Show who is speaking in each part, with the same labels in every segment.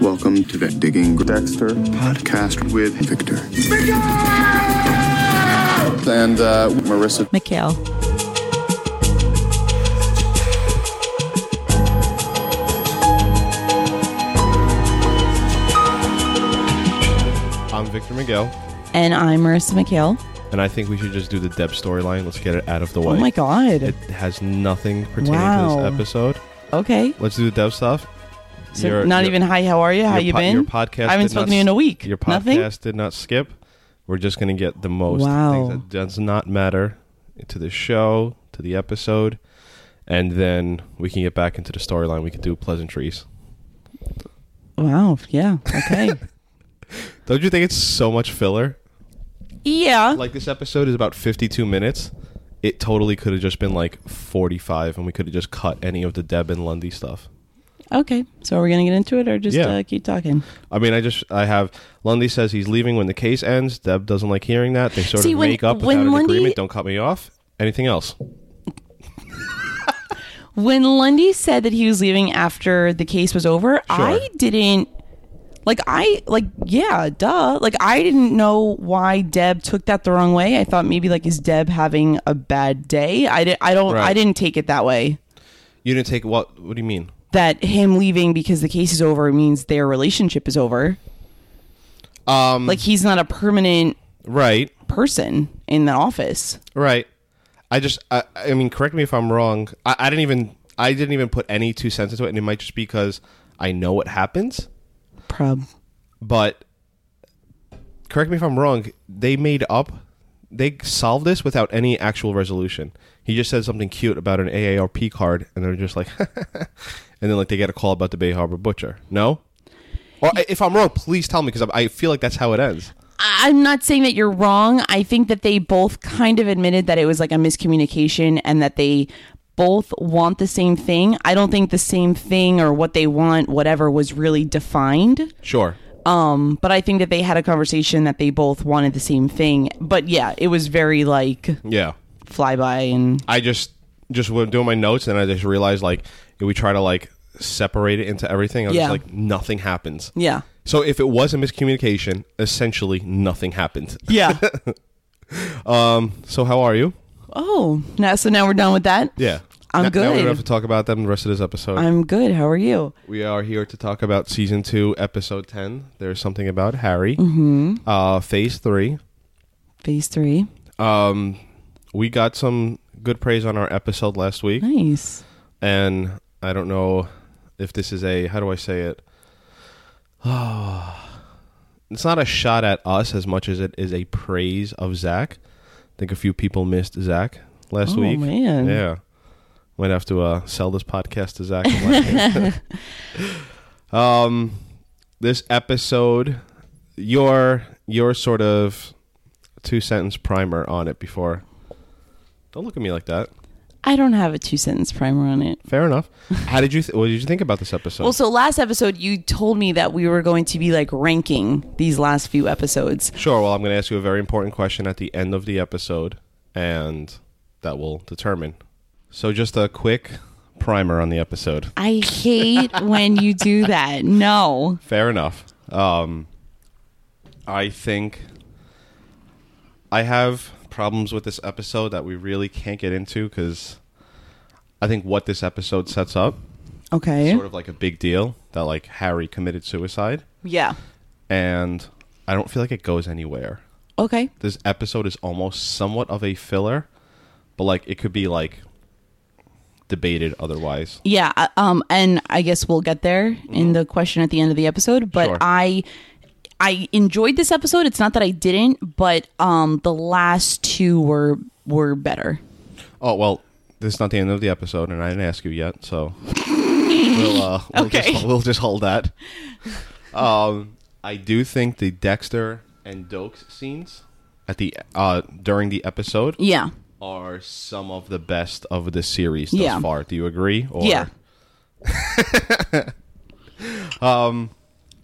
Speaker 1: listening to the Digging Dexter podcast with Victor. And uh, Marissa.
Speaker 2: Mikhail.
Speaker 3: I'm Victor Miguel,
Speaker 2: And I'm Marissa Mikhail.
Speaker 3: and I think we should just do the Deb storyline. Let's get it out of the way.
Speaker 2: Oh my God.
Speaker 3: It has nothing pertaining
Speaker 2: Wow.
Speaker 3: to this episode.
Speaker 2: Okay.
Speaker 3: Let's do the Deb stuff.
Speaker 2: So
Speaker 3: Your-
Speaker 2: not
Speaker 3: your-
Speaker 2: even hi, how are you? How
Speaker 3: your
Speaker 2: you
Speaker 3: po-
Speaker 2: been?
Speaker 3: Your podcast.
Speaker 2: I haven't
Speaker 3: did not
Speaker 2: spoken to you in
Speaker 3: s-
Speaker 2: a week.
Speaker 3: Your podcast
Speaker 2: Nothing.
Speaker 3: did not skip. We're just going to get the most.
Speaker 2: Wow.
Speaker 3: things That does not matter to the show, to the episode, and then we can get back into the storyline. We can do pleasantries.
Speaker 2: Wow. Yeah. Okay.
Speaker 3: Don't you think it's so much filler?
Speaker 2: yeah.
Speaker 3: like this episode is about 52 minutes it totally could have just been like 45 and we could have just cut any of the deb and lundy stuff
Speaker 2: okay. So are we gonna get into it or just
Speaker 3: Yeah.
Speaker 2: uh, keep talking?
Speaker 3: i mean i just i have lundy says he's leaving when the case ends deb doesn't like hearing that they sort
Speaker 2: See,
Speaker 3: of
Speaker 2: when-
Speaker 3: make up
Speaker 2: when
Speaker 3: without
Speaker 2: Lundy-
Speaker 3: an agreement don't cut me off anything else
Speaker 2: When Lundy said that he was leaving after the case was over, I didn't like I like yeah, duh. Like I didn't know why Deb took that the wrong way. I thought maybe like is Deb having a bad day? I did I don't I
Speaker 3: Right.
Speaker 2: didn't take it that way.
Speaker 3: you didn't take what what do you mean
Speaker 2: That him leaving because the case is over means their relationship is over.
Speaker 3: um
Speaker 2: Like he's not a permanent
Speaker 3: right
Speaker 2: person in the office.
Speaker 3: right i just i, I mean correct me if i'm wrong I, I didn't even i didn't even put any two cents into it and it might just be because i know what happens
Speaker 2: Prob.
Speaker 3: but correct me if I'm wrong. They made up, they solved this without any actual resolution. He just said something cute about an AARP card, and they're just like, and then like they get a call about the Bay Harbor Butcher. No, or I- if I'm wrong, please tell me because I feel like that's how it ends.
Speaker 2: I'm not saying that you're wrong. I think that they both kind of admitted that it was like a miscommunication and that they both want the same thing. I don't think the same thing or what they want, whatever, was really defined.
Speaker 3: Sure.
Speaker 2: Um, but I think that they had a conversation that they both wanted the same thing. But yeah, it was very like
Speaker 3: Yeah.
Speaker 2: flyby and
Speaker 3: I just just was doing my notes, and I just realized like if we try to like separate it into everything, I was
Speaker 2: Yeah.
Speaker 3: just like nothing happens.
Speaker 2: yeah.
Speaker 3: So if it was a miscommunication, essentially nothing happened.
Speaker 2: Yeah.
Speaker 3: So how are you?
Speaker 2: oh, now so now we're done with that.
Speaker 3: Yeah.
Speaker 2: I'm
Speaker 3: Now- Now we
Speaker 2: good.
Speaker 3: don't have to talk about them the rest of this episode.
Speaker 2: I'm good. How are you?
Speaker 3: we are here to talk about season two, episode 10. There's something about Harry. Mm-hmm. Uh, phase three.
Speaker 2: Phase three.
Speaker 3: Um, we got some good praise on our episode last week.
Speaker 2: Nice.
Speaker 3: And I don't know if this is a, how do I say it? it's not a shot at us as much as it is a praise of Zach. I think a few people missed Zach last
Speaker 2: Oh,
Speaker 3: week.
Speaker 2: man.
Speaker 3: Yeah. Might have to uh, sell this podcast to Zach. and Lenny. um, this episode, your your sort of two sentence primer on it before. Don't look at me like that.
Speaker 2: I don't have a two sentence primer on it.
Speaker 3: Fair enough. How did you? Th- what did you think about this episode?
Speaker 2: Well, so last episode you told me that we were going to be like ranking these last few episodes.
Speaker 3: Sure. Well, I'm going to ask you a very important question at the end of the episode, and that will determine. So, just a quick primer on the episode.
Speaker 2: I hate when you do that. No.
Speaker 3: Fair enough. Um, I think I have problems with this episode that we really can't get into because I think what this episode sets up
Speaker 2: Okay.
Speaker 3: sort of like a big deal that like Harry committed suicide,
Speaker 2: Yeah.
Speaker 3: and I don't feel like it goes anywhere.
Speaker 2: Okay.
Speaker 3: this episode is almost somewhat of a filler, but like it could be like debated otherwise.
Speaker 2: Yeah. uh, Um. And I guess we'll get there in the question at the end of the episode. But
Speaker 3: Sure.
Speaker 2: I, I enjoyed this episode. It's not that I didn't, but um, the last two were were better.
Speaker 3: Oh well, this is not the end of the episode, and I didn't ask you yet, so we'll, uh, we'll
Speaker 2: Okay.
Speaker 3: just, we'll just hold that. Um, I do think the Dexter and Dokes scenes at the uh during the episode
Speaker 2: Yeah.
Speaker 3: are some of the best of the series thus
Speaker 2: Yeah.
Speaker 3: far. Do you agree? Or
Speaker 2: Yeah.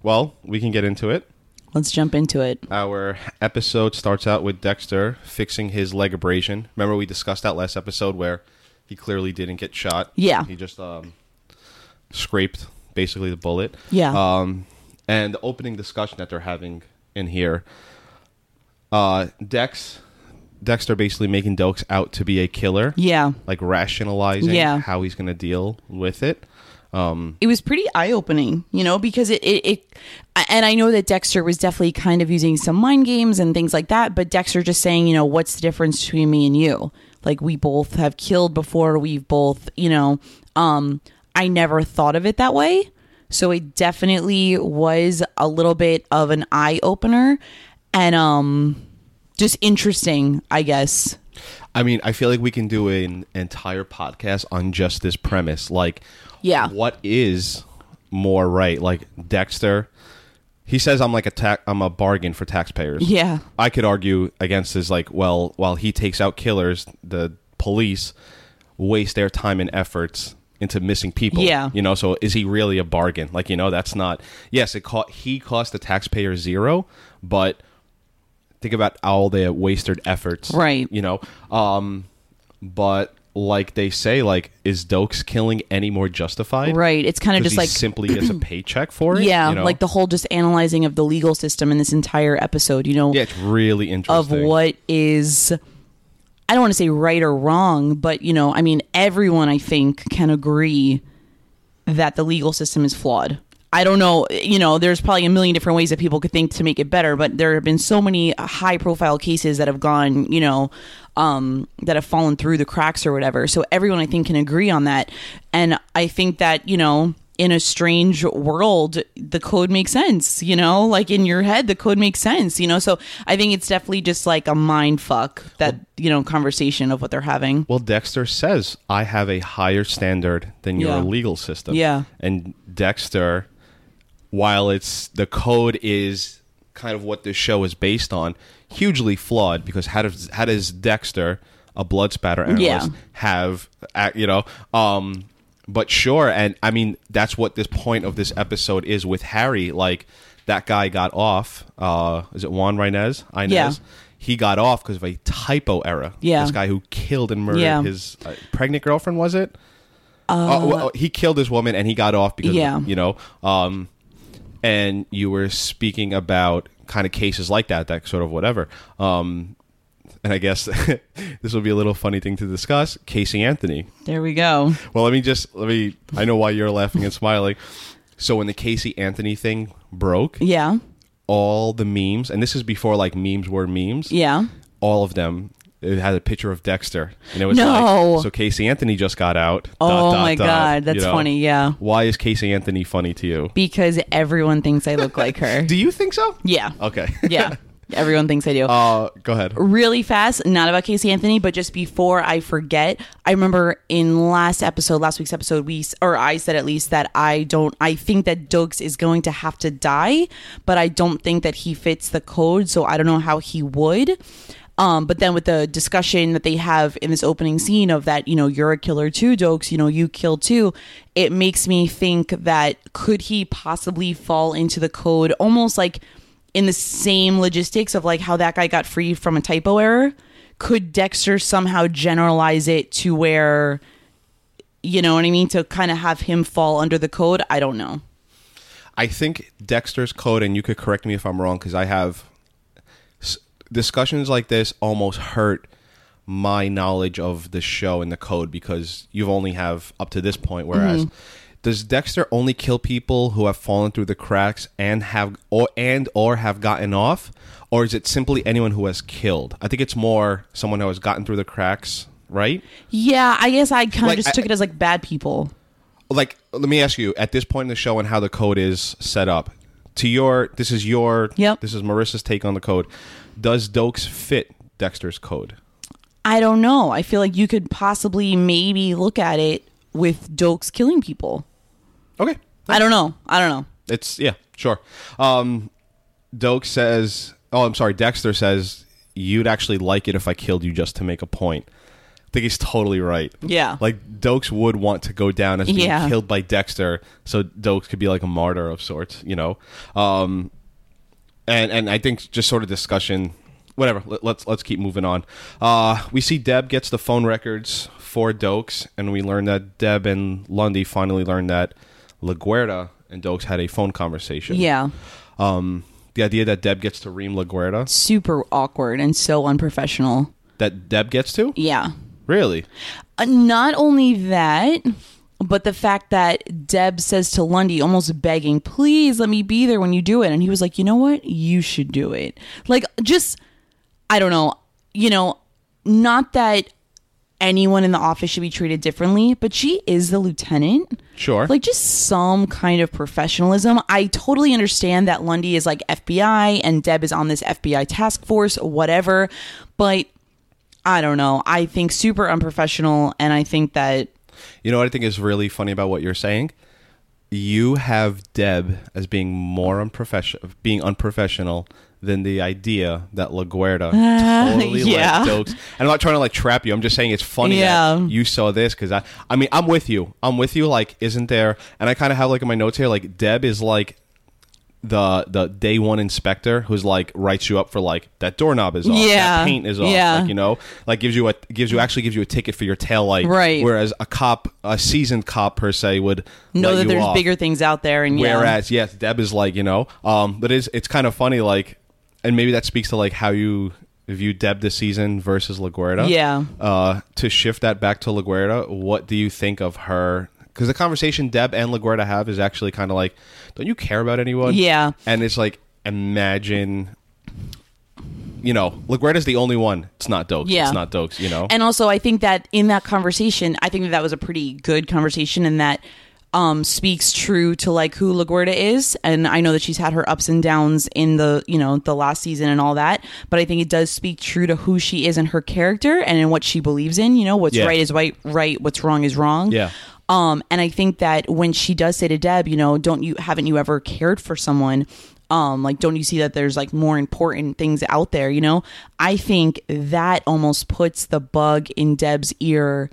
Speaker 3: Well, we can get into it.
Speaker 2: Let's jump into it.
Speaker 3: Our episode starts out with Dexter fixing his leg abrasion. Remember, we discussed that last episode where he clearly didn't get shot.
Speaker 2: Yeah.
Speaker 3: He just um, scraped basically the bullet.
Speaker 2: Yeah.
Speaker 3: Um, and the opening discussion that they're having in here. Uh, Dex, Dexter basically making Dokes out to be a killer.
Speaker 2: Yeah.
Speaker 3: like rationalizing
Speaker 2: Yeah.
Speaker 3: how he's going to deal with it.
Speaker 2: it was pretty eye opening, you know, because it, it, it, and I know that Dexter was definitely kind of using some mind games and things like that, but Dexter just saying, you know, what's the difference between me and you? Like, we both have killed before, we've both, you know, um, I never thought of it that way. So it definitely was a little bit of an eye opener and, um, just interesting, I guess.
Speaker 3: I mean, I feel like we can do an entire podcast on just this premise. Like,
Speaker 2: Yeah.
Speaker 3: what is more right? Like Dexter, he says I'm like a ta- I'm a bargain for taxpayers.
Speaker 2: Yeah.
Speaker 3: I could argue against is like, well, while he takes out killers, the police waste their time and efforts into missing people.
Speaker 2: Yeah.
Speaker 3: you know. So is he really a bargain? Like, you know, that's not. Yes, it cost he cost the taxpayer zero, but think about all the wasted efforts
Speaker 2: Right.
Speaker 3: you know um but like they say like is dokes killing any more justified
Speaker 2: Right. It's kind of
Speaker 3: 'Cause
Speaker 2: just
Speaker 3: he
Speaker 2: like
Speaker 3: simply gets a paycheck for it
Speaker 2: Yeah,
Speaker 3: you know?
Speaker 2: like the whole just analyzing of the legal system in this entire episode, you know,
Speaker 3: yeah it's really
Speaker 2: of
Speaker 3: interesting
Speaker 2: what is I don't want to say right or wrong, but you know, I mean everyone I think can agree that the legal system is flawed. I don't know, you know, there's probably a million different ways that people could think to make it better, but there have been so many high profile cases that have gone, you know, um, that have fallen through the cracks or whatever. So everyone I think can agree on that. And I think that, you know, in a strange world, the code makes sense, you know, like in your head, the code makes sense, you know. So I think it's definitely just like a mind fuck that, you know, conversation of what they're having.
Speaker 3: well dexter says i have a higher standard than your
Speaker 2: Yeah.
Speaker 3: legal system
Speaker 2: Yeah.
Speaker 3: and dexter while it's the code is kind of what this show is based on hugely flawed because how does how does dexter a blood spatter analyst
Speaker 2: Yeah.
Speaker 3: have uh, you know um but sure and i mean that's what this point of this episode is with harry like that guy got off uh is it juan Reynes? Inez?
Speaker 2: Yeah.
Speaker 3: he got off because of a typo error
Speaker 2: Yeah.
Speaker 3: this guy who killed and murdered
Speaker 2: Yeah.
Speaker 3: his uh, pregnant girlfriend was it uh, well, he killed this woman and he got off because
Speaker 2: Yeah.
Speaker 3: you know um and you were speaking about kind of cases like that that sort of whatever um and i guess this would be a little funny thing to discuss casey anthony
Speaker 2: There we go.
Speaker 3: well let me just let me i know why you're laughing and smiling so when the casey anthony thing broke
Speaker 2: Yeah.
Speaker 3: all the memes and this is before like memes were memes
Speaker 2: Yeah.
Speaker 3: all of them it had a picture of Dexter, and it was
Speaker 2: No.
Speaker 3: like, so Casey Anthony just got out.
Speaker 2: Oh my God, that's funny, yeah.
Speaker 3: Why is Casey Anthony funny to you?
Speaker 2: Because everyone thinks I look like her.
Speaker 3: Do you think so?
Speaker 2: Yeah.
Speaker 3: Okay.
Speaker 2: yeah. Everyone thinks I do.
Speaker 3: uh, go ahead.
Speaker 2: really fast, not about Casey Anthony, but just before I forget, I remember in last episode, last week's episode, we or I said at least that I don't. I think that Dokes is going to have to die, but I don't think that he fits the code, so I don't know how he would. Um, but then with the discussion that they have in this opening scene of that, you know, you're a killer too, Dokes, you know, you kill too, it makes me think that could he possibly fall into the code almost like in the same logistics of like how that guy got free from a typo error could dexter somehow generalize it to where you know what i mean to kind of have him fall under the code i don't know
Speaker 3: I think Dexter's code, and you could correct me if I'm wrong, because I have s- discussions like this almost hurt my knowledge of the show and the code because you've only have up to this point. Whereas, does Dexter only kill people who have fallen through the cracks and have or and or have gotten off, or is it simply anyone who has killed? I think it's more someone who has gotten through the cracks, right?
Speaker 2: yeah i guess i kind of
Speaker 3: Like,
Speaker 2: just
Speaker 3: I-
Speaker 2: took it as like bad people
Speaker 3: like let me ask you at this point in the show and how the code is set up to your this is your
Speaker 2: Yep.
Speaker 3: this is marissa's take on the code does dokes fit dexter's code
Speaker 2: i don't know i feel like you could possibly maybe look at it with dokes killing people
Speaker 3: okay
Speaker 2: i don't know i don't know
Speaker 3: it's yeah sure um doke says oh i'm sorry dexter says you'd actually like it if i killed you just to make a point i think he's totally right
Speaker 2: Yeah.
Speaker 3: like dokes would want to go down as being
Speaker 2: Yeah.
Speaker 3: killed by dexter so dokes could be like a martyr of sorts you know um and and i think just sort of discussion whatever let, let's let's keep moving on uh we see deb gets the phone records for dokes and we learn that deb and lundy finally learned that laguerta and Dokes had a phone conversation.
Speaker 2: Yeah.
Speaker 3: Um, the idea that Deb gets to ream LaGuardia,
Speaker 2: Super awkward and so unprofessional.
Speaker 3: that Deb gets to?
Speaker 2: Yeah.
Speaker 3: Really?
Speaker 2: Uh, not only that, but the fact that Deb says to Lundy, almost begging, please let me be there when you do it. And he was like, you know what? You should do it. Like, just, I don't know, you know, not that anyone in the office should be treated differently, but she is the lieutenant.
Speaker 3: Sure.
Speaker 2: Like, just some kind of professionalism. I totally understand that Lundy is like FBI and Deb is on this FBI task force, whatever. But I don't know. I think super unprofessional, and I think that
Speaker 3: You know what I think is really funny about what you're saying? You have Deb as being more unprofessional, being unprofessional than the idea that LaGuardia totally
Speaker 2: yeah.
Speaker 3: like jokes. And I'm not trying to like trap you. I'm just saying it's funny
Speaker 2: Yeah.
Speaker 3: that you saw this because I, I mean, I'm with you. I'm with you. Like, isn't there? And I kind of have like in my notes here, like Deb is like the the day one inspector who's like writes you up for like that doorknob is off,
Speaker 2: Yeah.
Speaker 3: that paint is off,
Speaker 2: Yeah.
Speaker 3: like you know, like gives you a gives you actually gives you a ticket for your tail light,
Speaker 2: Right.
Speaker 3: Whereas a cop, a seasoned cop per se, would
Speaker 2: know
Speaker 3: let
Speaker 2: that
Speaker 3: you
Speaker 2: there's
Speaker 3: off.
Speaker 2: bigger things out there, and yeah.
Speaker 3: Whereas, yes, Deb is like you know, um, but it's it's kind of funny, like, and maybe that speaks to like how you view Deb this season versus Laguardia.
Speaker 2: Yeah.
Speaker 3: Uh, to shift that back to Laguardia, what do you think of her? Because the conversation Deb and Laguardia have is actually kind of like, don't you care about anyone?
Speaker 2: Yeah.
Speaker 3: And it's like, imagine. You know, LaGuardia's the only one. It's not Dokes.
Speaker 2: Yeah.
Speaker 3: It's not Dokes, you know?
Speaker 2: And also, I think that in that conversation, I think that, that was a pretty good conversation, and that um, speaks true to like who Laguardia is. And I know that she's had her ups and downs in the you know the last season and all that, but I think it does speak true to who she is and her character and in what she believes in. You know, what's
Speaker 3: Yeah.
Speaker 2: right is right, right. What's wrong is wrong.
Speaker 3: Yeah.
Speaker 2: Um, and I think that when she does say to Deb, you know, don't you haven't you ever cared for someone? Um, like, don't you see that there's like more important things out there? You know, I think that almost puts the bug in Deb's ear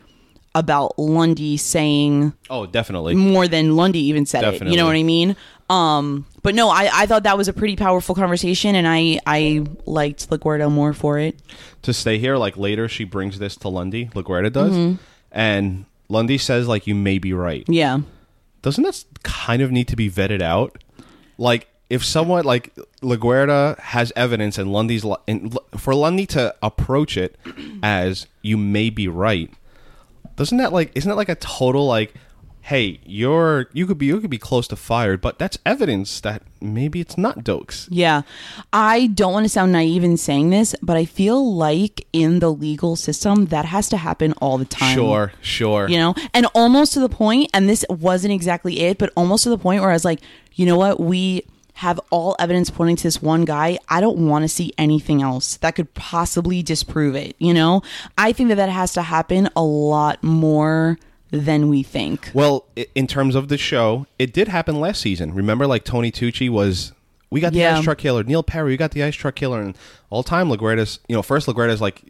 Speaker 2: about Lundy saying
Speaker 3: oh, definitely.
Speaker 2: more than Lundy even said it. You
Speaker 3: Definitely.
Speaker 2: know what I mean? Um, but no, I, I thought that was a pretty powerful conversation, and I I liked LaGuardia more for it.
Speaker 3: to stay here. Like later, she brings this to Lundy. LaGuardia does,
Speaker 2: Mm-hmm.
Speaker 3: and Lundy says like you may be right.
Speaker 2: Yeah,
Speaker 3: Doesn't that kind of need to be vetted out? Like if someone like LaGuardia has evidence and Lundy's li- and L- for Lundy to approach it as you may be right. Doesn't that like isn't that like a total like hey you're you could be you could be close to fired but that's evidence that maybe it's not dokes
Speaker 2: yeah. I don't want to sound naive in saying this, but I feel like in the legal system that has to happen all the time.
Speaker 3: sure sure
Speaker 2: you know and almost to the point and this wasn't exactly it but almost to the point where i was like you know what we have all evidence pointing to this one guy i don't want to see anything else that could possibly disprove it you know i think that that has to happen a lot more than we think
Speaker 3: Well, i- in terms of the show, it did happen last season. Remember, like Tony Tucci was, we got the
Speaker 2: Yeah.
Speaker 3: ice truck killer. Neil Perry, we got the ice truck killer, and all time Laguardia's. You know, first Laguardia's like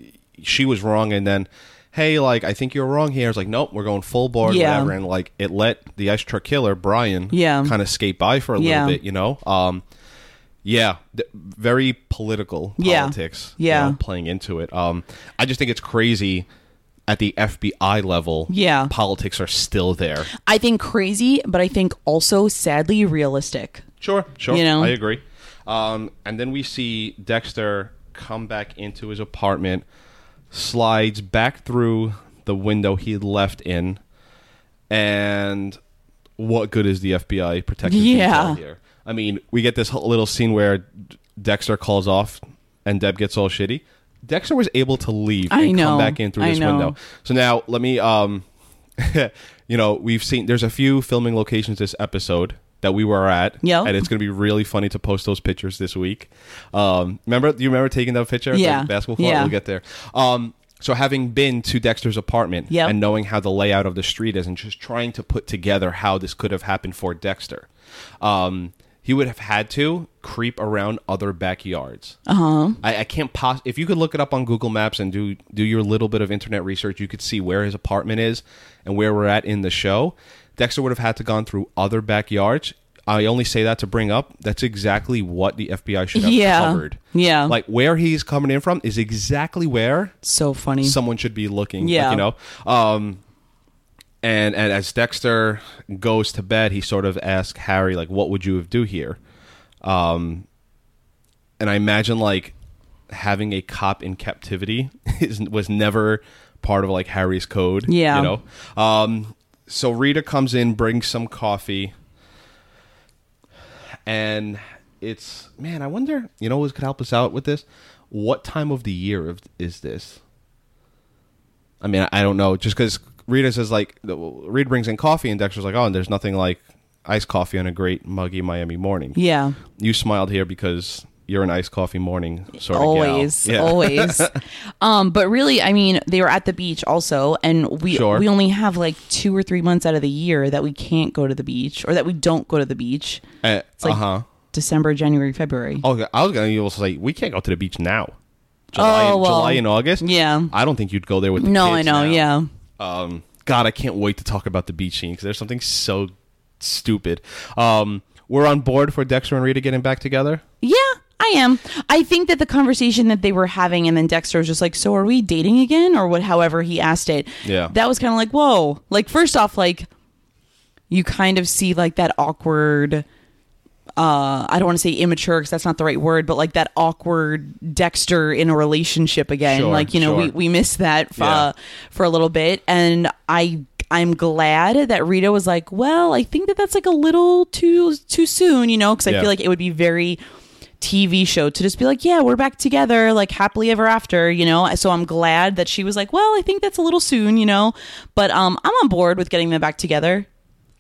Speaker 3: she was wrong, and then hey, like I think you're wrong here. It's like nope, we're going full board,
Speaker 2: Yeah.
Speaker 3: whatever. And like it let the ice truck killer Brian,
Speaker 2: Yeah.
Speaker 3: kind of skate by for a little
Speaker 2: Yeah.
Speaker 3: bit, you know. Um, yeah, th- very political
Speaker 2: Yeah.
Speaker 3: politics.
Speaker 2: Yeah.
Speaker 3: you know, playing into it. Um, I just think it's crazy. At the FBI level,
Speaker 2: Yeah.
Speaker 3: politics are still there.
Speaker 2: i think crazy but i think also sadly realistic
Speaker 3: Sure, sure.
Speaker 2: You know?
Speaker 3: I agree. Um, and then we see Dexter come back into his apartment, slides back through the window he had left in, and what good is the FBI protecting
Speaker 2: Yeah.
Speaker 3: detail here? I mean, we get this whole little scene where D- Dexter calls off and Deb gets all shitty. Dexter was able to leave
Speaker 2: I
Speaker 3: and
Speaker 2: know.
Speaker 3: come back in through
Speaker 2: I
Speaker 3: this
Speaker 2: know.
Speaker 3: window. So now let me um you know, we've seen there's a few filming locations this episode that we were at.
Speaker 2: Yeah.
Speaker 3: And it's gonna be really funny to post those pictures this week. Um remember do you remember taking that picture?
Speaker 2: Yeah.
Speaker 3: The basketball court?
Speaker 2: Yeah.
Speaker 3: We'll get there. Um so having been to Dexter's apartment
Speaker 2: Yep.
Speaker 3: and knowing how the layout of the street is and just trying to put together how this could have happened for Dexter. Um he would have had to creep around other backyards. I, I can't pos. If you could look it up on Google Maps and do do your little bit of internet research, you could see where his apartment is and where we're at in the show. Dexter would have had to gone through other backyards. I only say that to bring up that's exactly what the FBI should have
Speaker 2: Yeah.
Speaker 3: covered.
Speaker 2: Yeah. Mm-hmm.
Speaker 3: like where he's coming in from is exactly where
Speaker 2: so funny
Speaker 3: someone should be looking. like,
Speaker 2: Yeah.
Speaker 3: you know. Um, And and as Dexter goes to bed, he sort of asks Harry like, "What would you have do here?" Um, and I imagine like having a cop in captivity is, was never part of like Harry's code.
Speaker 2: Yeah.
Speaker 3: you know. Um, so Rita comes in, brings some coffee, and it's man. I wonder. You know, what could help us out with this? What time of the year of- is this? I mean, I don't know. Just because Rita says like Rita brings in coffee, and Dexter's like, oh, and there's nothing like iced coffee on a great muggy Miami morning.
Speaker 2: Yeah.
Speaker 3: You smiled here because you're an iced coffee morning sort of gal.
Speaker 2: always
Speaker 3: Yeah.
Speaker 2: always um but really i mean they were at the beach also and we
Speaker 3: Sure.
Speaker 2: we only have like two or three months out of the year that we can't go to the beach or that we don't go to the beach
Speaker 3: Uh
Speaker 2: it's like
Speaker 3: huh.
Speaker 2: december january february
Speaker 3: Oh, I was gonna also say we can't go to the beach now. July,
Speaker 2: Oh, well.
Speaker 3: July and August.
Speaker 2: Yeah.
Speaker 3: I don't think you'd go there with. The
Speaker 2: no i
Speaker 3: kids
Speaker 2: know
Speaker 3: now.
Speaker 2: yeah
Speaker 3: Um, God, I can't wait to talk about the beach scene because there's something so stupid. Um, we're on board for Dexter and Rita getting back together.
Speaker 2: yeah i am i think that the conversation that they were having and then dexter was just like so are we dating again or what however he asked it
Speaker 3: Yeah.
Speaker 2: that was kind of like whoa like first off like you kind of see like that awkward uh i don't want to say immature because that's not the right word but like that awkward dexter in a relationship again
Speaker 3: Sure,
Speaker 2: like you know we,
Speaker 3: sure.
Speaker 2: we missed that uh, for,
Speaker 3: Yeah.
Speaker 2: for a little bit and i i'm glad that rita was like well i think that that's like a little too too soon you know because i
Speaker 3: Yeah.
Speaker 2: feel like it would be very tv show to just be like yeah we're back together like happily ever after you know so i'm glad that she was like well i think that's a little soon you know but um i'm on board with getting them back together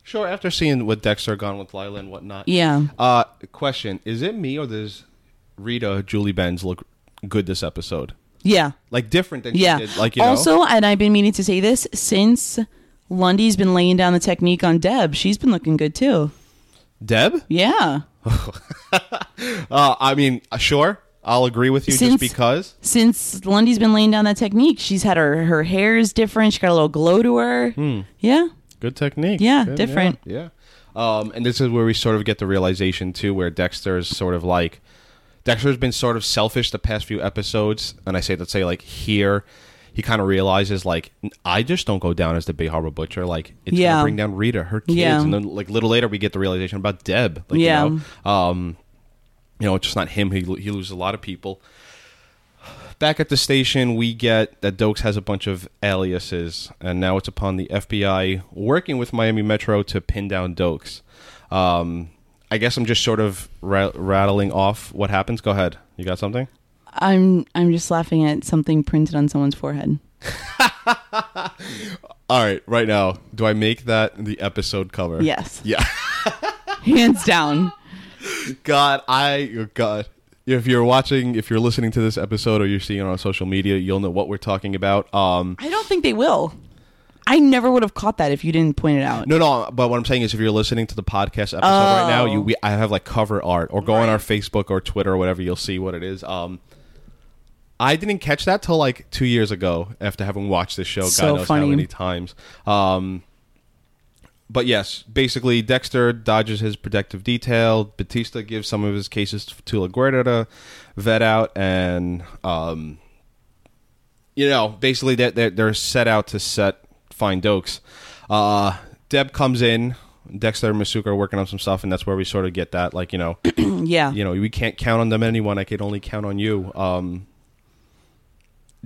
Speaker 3: Sure. After seeing what Dexter gone with Lila and whatnot.
Speaker 2: yeah
Speaker 3: Uh, question: Is it me or does Rita Julie Benz look good this episode?
Speaker 2: yeah
Speaker 3: Like different than
Speaker 2: Yeah.
Speaker 3: she did. Like you know.
Speaker 2: also, and I've been meaning to say this since Lundy's been laying down the technique on Deb. She's been looking good too.
Speaker 3: Deb.
Speaker 2: Yeah.
Speaker 3: Uh, I mean, uh, sure, I'll agree with you just
Speaker 2: Since-
Speaker 3: because.
Speaker 2: Since Lundy's been laying down that technique, she's had her her hair is different. She got a little glow to her.
Speaker 3: Hmm.
Speaker 2: Yeah.
Speaker 3: Good technique.
Speaker 2: Yeah, Good, different.
Speaker 3: Yeah. Um, and this is where we sort of get the realization too, where Dexter is sort of like, Dexter's been sort of selfish the past few episodes, and I say that say like here, he kind of realizes like "N- I just don't go down as the Bay Harbor Butcher. Like it's
Speaker 2: Yeah.
Speaker 3: gonna bring down Rita, her kids,
Speaker 2: Yeah.
Speaker 3: and then like little later we get the realization about Deb. Like,
Speaker 2: Yeah.
Speaker 3: You know? Um, you know, it's just not him. He lo- he loses a lot of people. Back at the station, we get that Dokes has a bunch of aliases, and now it's upon the FBI working with Miami Metro to pin down Dokes. Um, I guess I'm just sort of ra- rattling off what happens. Go ahead. You got something?
Speaker 2: I'm I'm just laughing at something printed on someone's forehead.
Speaker 3: All right, right now, do I make that the episode cover?
Speaker 2: Yes.
Speaker 3: Yeah.
Speaker 2: Hands down.
Speaker 3: God, I oh, God. If you're watching, if you're listening to this episode or you're seeing it on social media, you'll know what we're talking about. Um,
Speaker 2: I don't think they will. I never would have caught that if you didn't point it out.
Speaker 3: No, no. But what I'm saying is, if you're listening to the podcast episode right now, you we, I have like cover art, or go on our Facebook or Twitter or whatever. You'll see what it is. Um, I didn't catch that till like two years ago after having watched this show.
Speaker 2: So
Speaker 3: God knows
Speaker 2: funny.
Speaker 3: how many times. Um, but yes, basically, Dexter dodges his protective detail. Batista gives some of his cases to LaGuardia to vet out, and um, you know, basically that they're, they're set out to set find Dokes. Uh, Deb comes in. Dexter and Masuka are working on some stuff, and that's where we sort of get that, like you know,
Speaker 2: Mm, yeah.
Speaker 3: you know, we can't count on them anyone. I can only count on you. Um,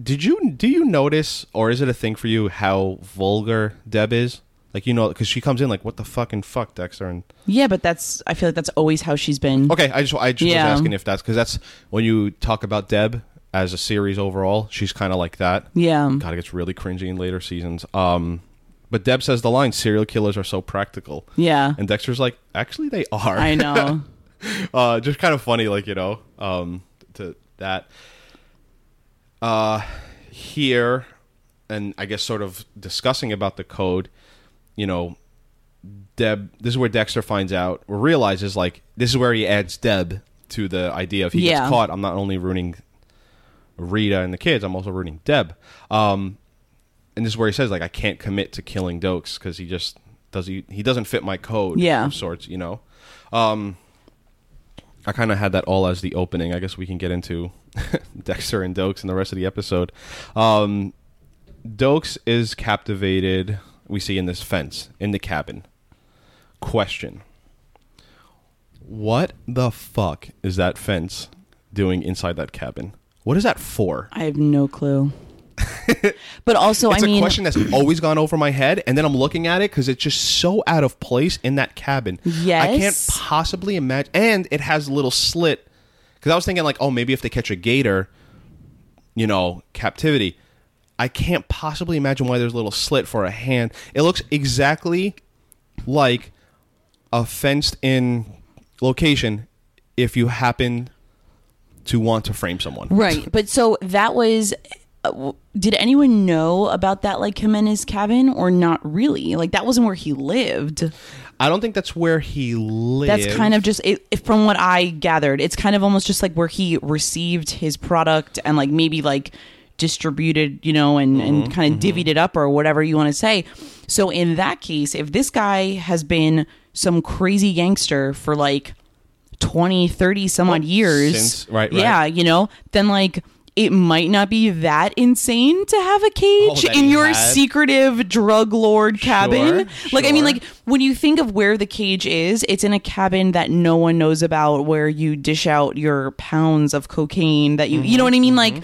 Speaker 3: did you do you notice, or is it a thing for you how vulgar Deb is? Like you know, because she comes in like, "What the fucking fuck, Dexter?" And
Speaker 2: Yeah, but that's I feel like that's always how she's been.
Speaker 3: okay, I just I just
Speaker 2: Yeah.
Speaker 3: was asking if that's because that's when you talk about Deb as a series overall, she's kind of like that.
Speaker 2: Yeah.
Speaker 3: God, it gets really cringy in later seasons. Um, but Deb says the line, "Serial killers are so practical."
Speaker 2: Yeah.
Speaker 3: and Dexter's like, "Actually, they are."
Speaker 2: I know.
Speaker 3: uh, just kind of funny, like you know, um, to that. Uh, here, and I guess sort of discussing about the code, you know, Deb. This is where Dexter finds out or realizes like this is where he adds Deb to the idea. If he
Speaker 2: Yeah.
Speaker 3: gets caught, I'm not only ruining Rita and the kids, I'm also ruining Deb. Um, and this is where he says like I can't commit to killing Dokes because he just does he he doesn't fit my code
Speaker 2: Yeah.
Speaker 3: of sorts, you know. Um, I kind of had that all as the opening. I guess we can get into Dexter and Dokes and the rest of the episode. Um, Dokes is captivated we see in this fence in the cabin. Question What the fuck is that fence doing inside that cabin? What is that for?
Speaker 2: I have no clue. but also,
Speaker 3: It's
Speaker 2: I
Speaker 3: a
Speaker 2: mean,
Speaker 3: question that's always gone over my head, and then I'm looking at it because it's just so out of place in that cabin. I can't
Speaker 2: Yes.
Speaker 3: possibly imagine. And it has a little slit because I was thinking like, oh, maybe if they catch a gator, you know, captivity. I can't possibly imagine why there's a little slit for a hand. It looks exactly like a fenced-in location if you happen to want to frame someone.
Speaker 2: right? But so that was. uh, w- Did anyone know about that, like Jimenez cabin, or not really? Like that wasn't where he lived.
Speaker 3: I don't think that's where he lives.
Speaker 2: That's kind of just it, if from what I gathered, it's kind of almost just like where he received his product and like maybe like distributed, you know, and
Speaker 3: Mm-hmm,
Speaker 2: and kind of divvied it up or whatever you want to say. So in that case, if this guy has been some crazy gangster for like 20, 30 some odd years,
Speaker 3: since- right, right.
Speaker 2: Yeah, you know, then like it might not be that insane to have a cage
Speaker 3: Oh, that
Speaker 2: in
Speaker 3: he
Speaker 2: your
Speaker 3: had.
Speaker 2: secretive drug lord cabin.
Speaker 3: Sure,
Speaker 2: like I mean
Speaker 3: sure.
Speaker 2: like when you think of where the cage is, it's in a cabin that no one knows about where you dish out your pounds of cocaine that you
Speaker 3: Mm-hmm,
Speaker 2: you know what I mean like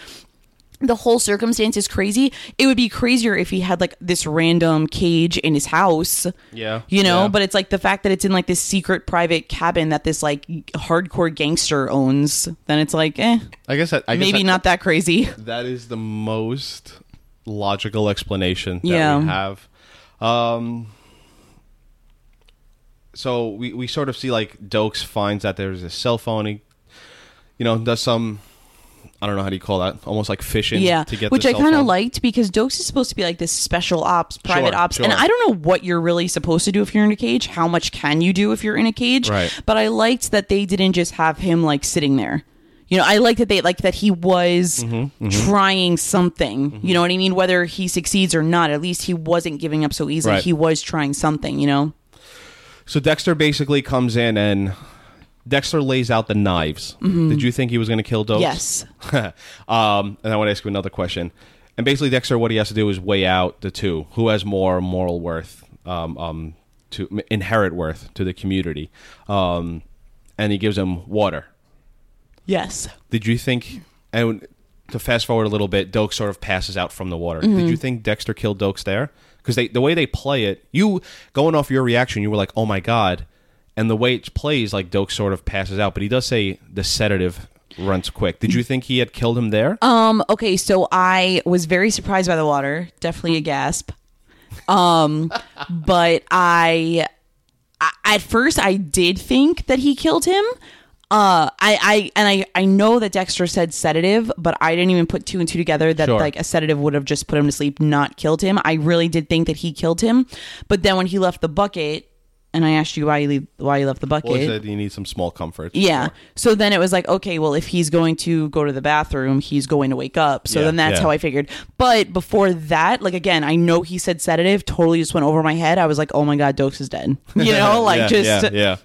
Speaker 2: the whole circumstance is crazy. It would be crazier if he had like this random cage in his house.
Speaker 3: Yeah,
Speaker 2: You know,
Speaker 3: yeah.
Speaker 2: but it's like the fact that it's in like this secret private cabin that this like hardcore gangster owns, then it's like, eh,
Speaker 3: I guess that, I guess
Speaker 2: maybe
Speaker 3: that-
Speaker 2: not that crazy.
Speaker 3: That is the most logical explanation that
Speaker 2: Yeah.
Speaker 3: we have. Um, so we, we sort of see like Dokes finds that there's a cell phone. He, you know, does some I don't know how do you call that? Almost like fishing.
Speaker 2: Yeah,
Speaker 3: to get
Speaker 2: which
Speaker 3: the
Speaker 2: I
Speaker 3: cell
Speaker 2: kind of
Speaker 3: phone.
Speaker 2: liked because Dokes is supposed to be like this special ops, private
Speaker 3: Sure,
Speaker 2: ops, and
Speaker 3: sure.
Speaker 2: I don't know what you're really supposed to do if you're in a cage. How much can you do if you're in a cage?
Speaker 3: Right.
Speaker 2: But I liked that they didn't just have him like sitting there. You know, I liked that they like that he was
Speaker 3: Mm-hmm,
Speaker 2: trying something. You know what I mean? Whether he succeeds or not, at least he wasn't giving up so easily.
Speaker 3: Right.
Speaker 2: He was trying something. You know?
Speaker 3: So Dexter basically comes in and Dexter lays out the knives. Did you think he was going to kill Dokes?
Speaker 2: Mm-hmm. Yes.
Speaker 3: um, and I want to ask you another question. And basically, Dexter, what he has to do is weigh out the two: who has more moral worth, um, um, to m- inherent worth to the community. Um, and he gives him water.
Speaker 2: Yes.
Speaker 3: Did you think? And to fast forward a little bit, Doak sort of passes out from the water. Did you think Dexter killed Doak's there? Because they the way they play it, you going off your reaction, you were like, "Oh my god!" And the way it plays, like Doak sort of passes out, but he does say the sedative runs quick. Did you think he had killed him there?
Speaker 2: Um, okay, so I was very surprised by the water. Definitely a gasp. Um, but I, I at first I did think that he killed him. Uh, I, I and I, I know that Dexter said sedative, but I didn't even put two and two together that
Speaker 3: Sure.
Speaker 2: like a sedative would have just put him to sleep, not killed him. I really did think that he killed him, but then when he left the bucket, and I asked you why you leave, why you left the bucket,
Speaker 3: Well, he said you need some small comforts.
Speaker 2: yeah. So then it was like, okay, well, if he's going to go to the bathroom, he's going to wake up. So
Speaker 3: Yeah,
Speaker 2: then that's
Speaker 3: yeah.
Speaker 2: how I figured. But before that, like again, I know he said sedative, totally just went over my head. I was like, oh my god, Dokes is dead. You know, like
Speaker 3: yeah,
Speaker 2: just
Speaker 3: yeah, yeah.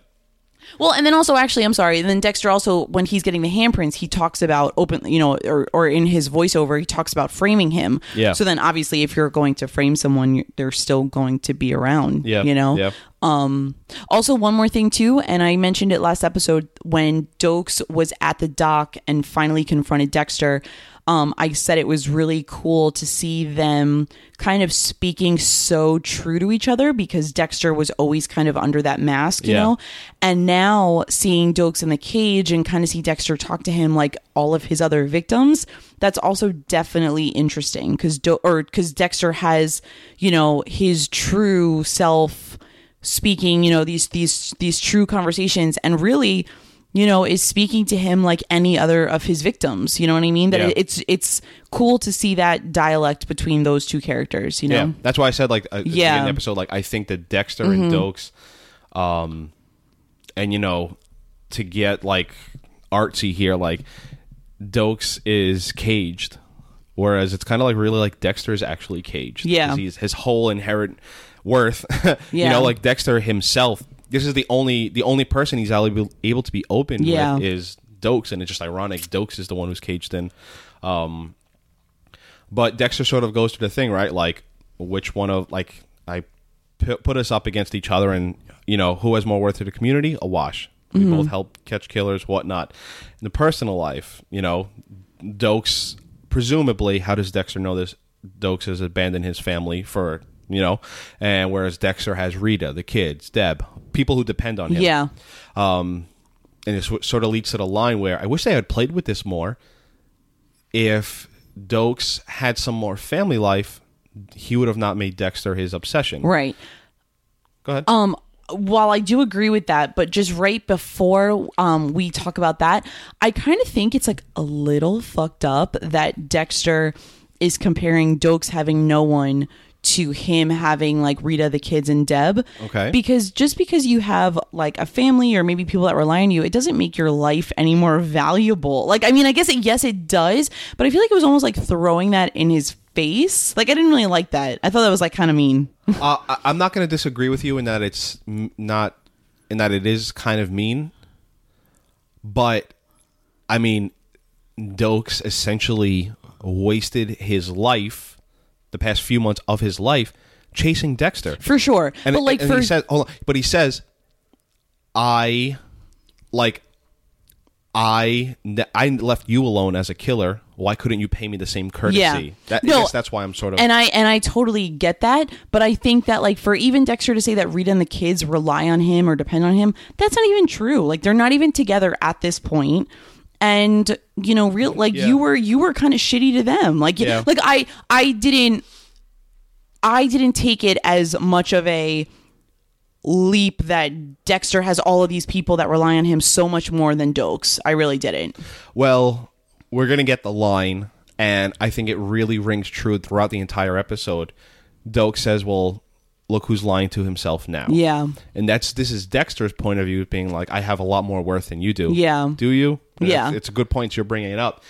Speaker 2: well, and then also actually, I'm sorry. Then Dexter also, when he's getting the handprints, he talks about open, you know, or, or in his voiceover, he talks about framing him.
Speaker 3: Yeah.
Speaker 2: So then obviously, if you're going to frame someone, you- they're still going to be around.
Speaker 3: Yeah,
Speaker 2: You know.
Speaker 3: yeah.
Speaker 2: Um. Also, one more thing too, and I mentioned it last episode when Dokes was at the dock and finally confronted Dexter. Um, I said it was really cool to see them kind of speaking so true to each other because Dexter was always kind of under that mask, you
Speaker 3: Yeah.
Speaker 2: know. And now seeing Dokes in the cage and kind of see Dexter talk to him like all of his other victims, that's also definitely interesting because Do- or because Dexter has, you know, his true self speaking, you know, these these these true conversations and really, you know, is speaking to him like any other of his victims. You know what I mean? That
Speaker 3: Yeah.
Speaker 2: it- it's it's cool to see that dialect between those two characters. You know,
Speaker 3: Yeah, that's why I said like uh, at
Speaker 2: Yeah. Mm-hmm.
Speaker 3: the beginning of the episode. Like I think that Dexter and Dokes, um, and you know, to get like artsy here, like Dokes is caged, whereas it's kind of like really like Dexter is actually caged. 'cause
Speaker 2: Yeah.
Speaker 3: he's his whole inherent worth. you
Speaker 2: Yeah.
Speaker 3: know, like Dexter himself. This is the only the only person he's able able to be open
Speaker 2: Yeah.
Speaker 3: with is Dokes, and it's just ironic. Dokes is the one who's caged in. Um, but Dexter sort of goes through the thing, right? Like which one of like I p- put us up against each other, and you know who has more worth to the community? A wash. We both help catch killers, whatnot. In the personal life, you know, Dokes presumably. How does Dexter know this? Dokes has abandoned his family for you know, and whereas Dexter has Rita, the kids, Deb, people who depend on him
Speaker 2: Yeah.
Speaker 3: and it sw- sort of leads to the line where I wish they had played with this more. If Dokes had some more family life, he would have not made Dexter his obsession.
Speaker 2: Right.
Speaker 3: Go ahead.
Speaker 2: Um, while I do agree with that, but just right before um, we talk about that, I kind of think it's like a little fucked up that Dexter is comparing Dokes having no one to him having like Rita, the kids, and Deb.
Speaker 3: Okay.
Speaker 2: Because just because you have like a family or maybe people that rely on you, it doesn't make your life any more valuable. Like, I mean, I guess it, yes, it does, but I feel like it was almost like throwing that in his face. Like, I didn't really like that. I thought that was like kind of mean.
Speaker 3: uh, I- I'm not going to disagree with you in that it's m- not, in that it is kind of mean. But, I mean, Dokes essentially wasted his life, the past few months of his life, chasing Dexter.
Speaker 2: For sure.
Speaker 3: And,
Speaker 2: but like
Speaker 3: and
Speaker 2: for
Speaker 3: he says, hold on, but he says, I, like, I, I left you alone as a killer. Why couldn't you pay me the same courtesy?
Speaker 2: Yeah.
Speaker 3: That, I
Speaker 2: No,
Speaker 3: guess that's why I'm sort of.
Speaker 2: and I and I totally get that, but I think that like for even Dexter to say that Rita and the kids rely on him or depend on him, that's not even true. Like they're not even together at this point. And you know, real like
Speaker 3: Yeah.
Speaker 2: you were you were kind of shitty to them. Like
Speaker 3: Yeah.
Speaker 2: like I I didn't I didn't take it as much of a leap that Dexter has all of these people that rely on him so much more than Dokes. I really didn't.
Speaker 3: well, we're gonna get the line, and I think it really rings true throughout the entire episode. Doak says, "Well, look who's lying to himself now."
Speaker 2: Yeah.
Speaker 3: and that's this is Dexter's point of view being like, I have a lot more worth than you do.
Speaker 2: Yeah.
Speaker 3: do you? And
Speaker 2: Yeah.
Speaker 3: it's, it's a good point you're bringing it up.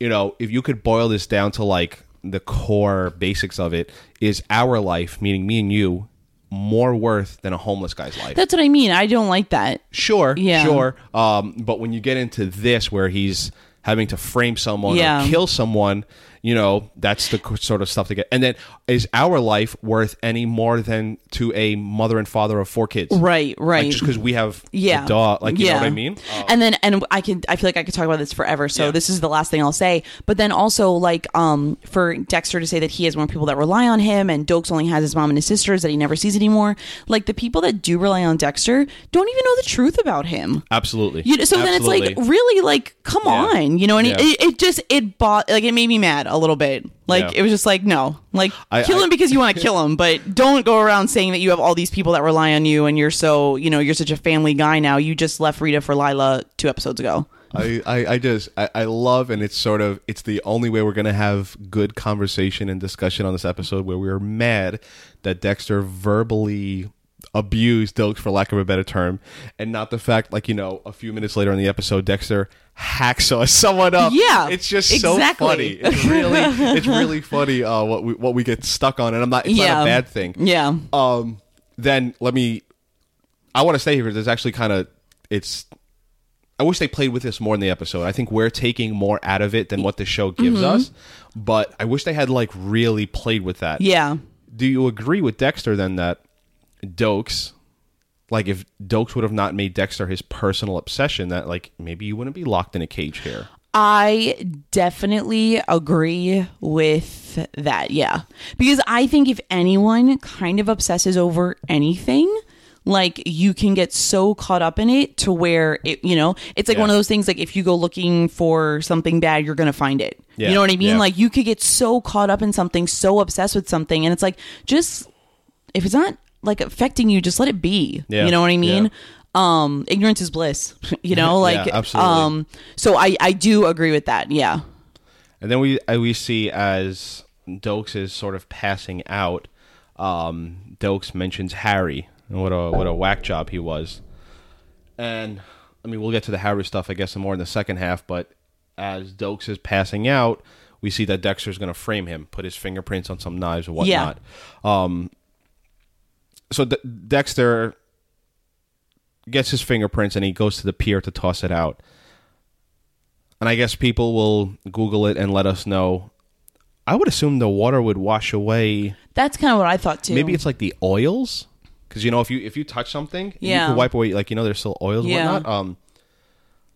Speaker 3: You know, if you could boil this down to like the core basics of it, is our life, meaning me and you, more worth than a homeless guy's life?
Speaker 2: That's what I mean. I don't like that.
Speaker 3: sure,
Speaker 2: Yeah.
Speaker 3: sure. Um, but when you get into this, where he's having to frame someone
Speaker 2: Yeah.
Speaker 3: or kill someone, you know, that's the c- sort of stuff to get. And then, is our life worth any more than to a mother and father of four kids?
Speaker 2: Right, right.
Speaker 3: Like just because we have
Speaker 2: yeah
Speaker 3: a dog, like you know what I mean. Oh.
Speaker 2: and then and i can i feel like i could talk about this forever so this is the last thing i'll say but then also like um for dexter to say that he has more people that rely on him and dokes only has his mom and his sisters that he never sees anymore like the people that do rely on dexter don't even know the truth about him
Speaker 3: Absolutely.
Speaker 2: you know, so then it's like really like come on you know and it-
Speaker 3: Yeah.
Speaker 2: it, it just it bought like it made me mad a little bit like
Speaker 3: Yeah.
Speaker 2: it was just like no like
Speaker 3: I-
Speaker 2: kill
Speaker 3: I-
Speaker 2: him because you want to kill him but don't go around saying that you have all these people that rely on you and you're so you know you're such a family guy now you just left rita for lila two episodes ago
Speaker 3: I, I, I just I, I love and it's sort of it's the only way we're gonna have good conversation and discussion on this episode where we were mad that Dexter verbally abused Dokes for lack of a better term, and not the fact like you know a few minutes later in the episode Dexter hacksaws someone up.
Speaker 2: Yeah,
Speaker 3: it's just
Speaker 2: exactly.
Speaker 3: so funny. It's really it's really funny uh, what we what we get stuck on, and I'm not it's not
Speaker 2: Yeah.
Speaker 3: a bad thing.
Speaker 2: yeah
Speaker 3: um then let me i want to say here there's actually kind of it's i wish they played with this more in the episode i think we're taking more out of it than what the show gives us but i wish they had like really played with that
Speaker 2: yeah
Speaker 3: do you agree with dexter then that dokes like if dokes would have not made dexter his personal obsession that like maybe you wouldn't be locked in a cage here
Speaker 2: I definitely agree with that. Yeah. Because I think if anyone kind of obsesses over anything, like you can get so caught up in it to where it, you know, it's like
Speaker 3: Yeah.
Speaker 2: one of those things like if you go looking for something bad, you're going to find it.
Speaker 3: Yeah.
Speaker 2: You know what I mean?
Speaker 3: Yeah.
Speaker 2: Like you could get so caught up in something, so obsessed with something. And it's like, just if it's not like affecting you, just let it be.
Speaker 3: Yeah.
Speaker 2: You know what I mean?
Speaker 3: Yeah.
Speaker 2: Um, ignorance is bliss, you know, like,
Speaker 3: Yeah, absolutely.
Speaker 2: um, so I, I do agree with that. Yeah.
Speaker 3: And then we uh, we see as Dokes is sort of passing out, um, Dokes mentions Harry and what a what a whack job he was. And I mean, we'll get to the Harry stuff, I guess, more in the second half. But as Dokes is passing out, we see that Dexter's going to frame him, put his fingerprints on some knives and
Speaker 2: Yeah.
Speaker 3: whatnot. Um, so De- Dexter gets his fingerprints and he goes to the pier to toss it out. And I guess people will Google it and let us know. I would assume the water would wash away
Speaker 2: That's kind of what I thought too.
Speaker 3: Maybe it's like the oils, because you know if you if you touch something,
Speaker 2: Yeah.
Speaker 3: you can wipe away. Like you know, there's still oils and
Speaker 2: Yeah.
Speaker 3: whatnot. Um,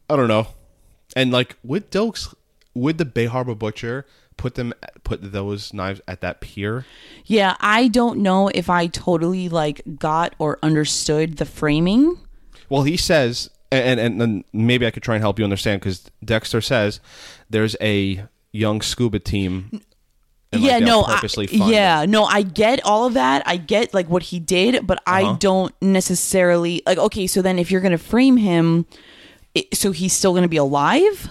Speaker 3: I don't know. And like would Dokes, would the Bay Harbor butcher put them put those knives at that pier?
Speaker 2: yeah. I don't know if I totally like got or understood the framing.
Speaker 3: Well, he says, and and, and maybe I could try and help you understand because Dexter says there's a young scuba team. and, like,
Speaker 2: yeah,
Speaker 3: they'll
Speaker 2: no,
Speaker 3: purposely
Speaker 2: I,
Speaker 3: find
Speaker 2: yeah,
Speaker 3: it.
Speaker 2: no, I get all of that. I get like what he did, but I
Speaker 3: Uh-huh.
Speaker 2: don't necessarily like. Okay, so then if you're gonna frame him, it, so he's still gonna be alive.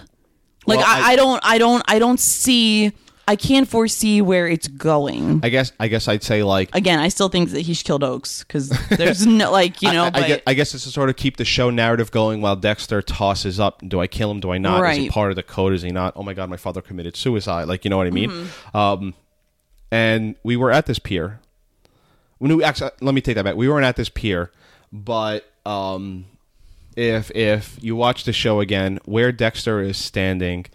Speaker 2: Like
Speaker 3: Well,
Speaker 2: I,
Speaker 3: I-
Speaker 2: I don't, I don't, I don't see. I can't foresee where it's going.
Speaker 3: I guess I guess I'd say like
Speaker 2: Again, I still think that he should killed Oaks because there's no like you know.
Speaker 3: I, I,
Speaker 2: but,
Speaker 3: guess, I guess it's to sort of keep the show narrative going while Dexter tosses up. Do I kill him? Do I not? Is he
Speaker 2: Right.
Speaker 3: part of the code? Is he not? Oh my God, my father committed suicide. Like, you know what I mean?
Speaker 2: Mm-hmm.
Speaker 3: Um, and we were at this pier. When we actually, let me take that back. We weren't at this pier, but um, if if you watch the show again, where Dexter is standing,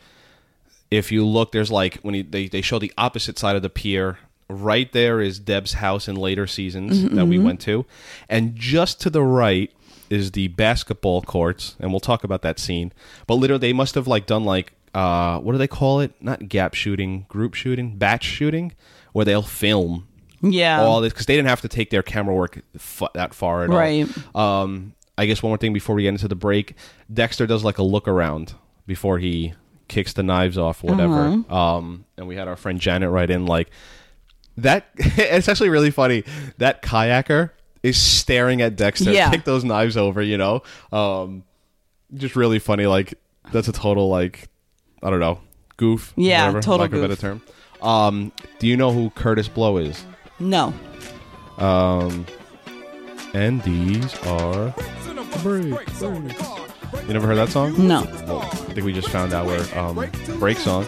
Speaker 3: if you look, there's like when he, they they show the opposite side of the pier. Right there is Deb's house in later seasons
Speaker 2: Mm-hmm,
Speaker 3: that we went to, and just to the right is the basketball courts, and we'll talk about that scene. But literally, they must have like done like uh, what do they call it? Not gap shooting, group shooting, batch shooting, where they'll film
Speaker 2: yeah,
Speaker 3: all this because they didn't have to take their camera work f- that far at
Speaker 2: Right.
Speaker 3: all. Um, I guess one more thing before we get into the break, Dexter does like a look around before he kicks the knives off, whatever.
Speaker 2: Uh-huh.
Speaker 3: Um, and we had our friend Janet right in like that. it's actually really funny. That kayaker is staring at Dexter.
Speaker 2: Yeah.
Speaker 3: Kick those knives over, you know. Um, just really funny. Like that's a total like I don't know goof.
Speaker 2: Yeah,
Speaker 3: whatever,
Speaker 2: total
Speaker 3: lack of a better
Speaker 2: goof.
Speaker 3: term. Um, do you know who Curtis Blow is?
Speaker 2: no.
Speaker 3: And these are. You never heard that song?
Speaker 2: No.
Speaker 3: Well, I think we just found out where um, break song.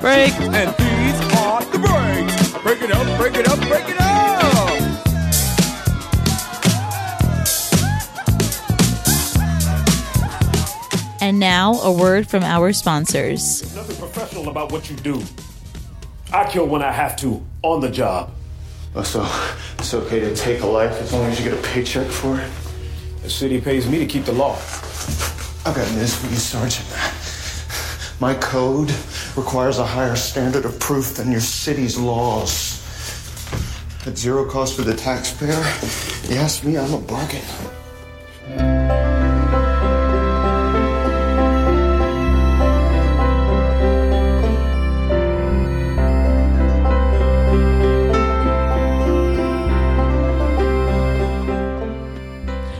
Speaker 2: Break.
Speaker 4: And these are the breaks. Break it up, break it up, break it up.
Speaker 5: And now, a word from our sponsors.
Speaker 6: Nothing professional about what you do. I kill when I have to, on the job.
Speaker 7: Oh, so it's okay to take a life as long as you get a paycheck for it?
Speaker 6: The city pays me to keep the law.
Speaker 7: I've got news for you, Sergeant. My code requires a higher standard of proof than your city's laws. At zero cost for the taxpayer, you ask me, I'm a bargain.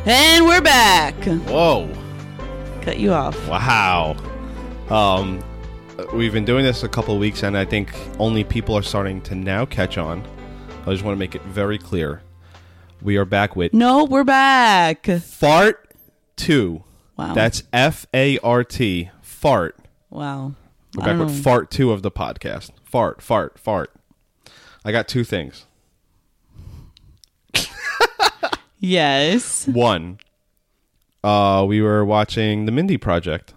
Speaker 2: And we're back.
Speaker 3: Whoa!
Speaker 2: Cut you off.
Speaker 3: Wow. Um, we've been doing this a couple of weeks, and I think only people are starting to now catch on. I just want to make it very clear. We are back with
Speaker 2: No, we're back.
Speaker 3: Fart Two.
Speaker 2: Wow.
Speaker 3: That's F A R T. Fart.
Speaker 2: Wow.
Speaker 3: We're
Speaker 2: I
Speaker 3: back
Speaker 2: don't
Speaker 3: with
Speaker 2: know.
Speaker 3: Fart Two of the podcast. Fart, fart, fart. I got two things.
Speaker 2: Yes.
Speaker 3: One, uh, we were watching the Mindy Project.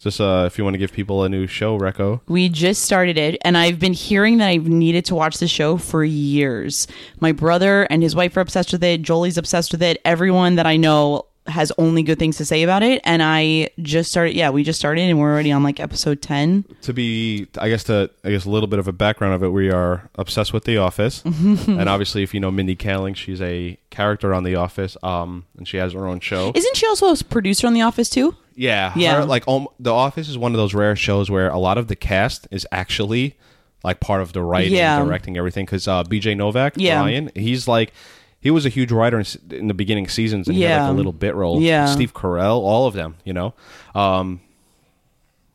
Speaker 3: Just uh, if you want to give people a new show, Reco.
Speaker 2: We just started it, and I've been hearing that I've needed to watch the show for years. My brother and his wife are obsessed with it. Jolie's obsessed with it. Everyone that I know has only good things to say about it. And I just started. Yeah, we just started, and we're already on like episode ten.
Speaker 3: To be, I guess, to I guess a little bit of a background of it. We are obsessed with The Office, and obviously, if you know Mindy Kaling, she's a character on The Office, um, and she has her own show.
Speaker 2: Isn't she also a producer on The Office too?
Speaker 3: Yeah,
Speaker 2: Yeah.
Speaker 3: her- like um, The Office is one of those rare shows where a lot of the cast is actually like part of the writing,
Speaker 2: Yeah.
Speaker 3: directing everything. Because uh, B.J. Novak,
Speaker 2: Yeah.
Speaker 3: Ryan, he's like he was a huge writer in, s- in the beginning seasons, and he had like
Speaker 2: Yeah.
Speaker 3: a little bit role.
Speaker 2: Yeah.
Speaker 3: Steve Carell, all of them, you know. Um,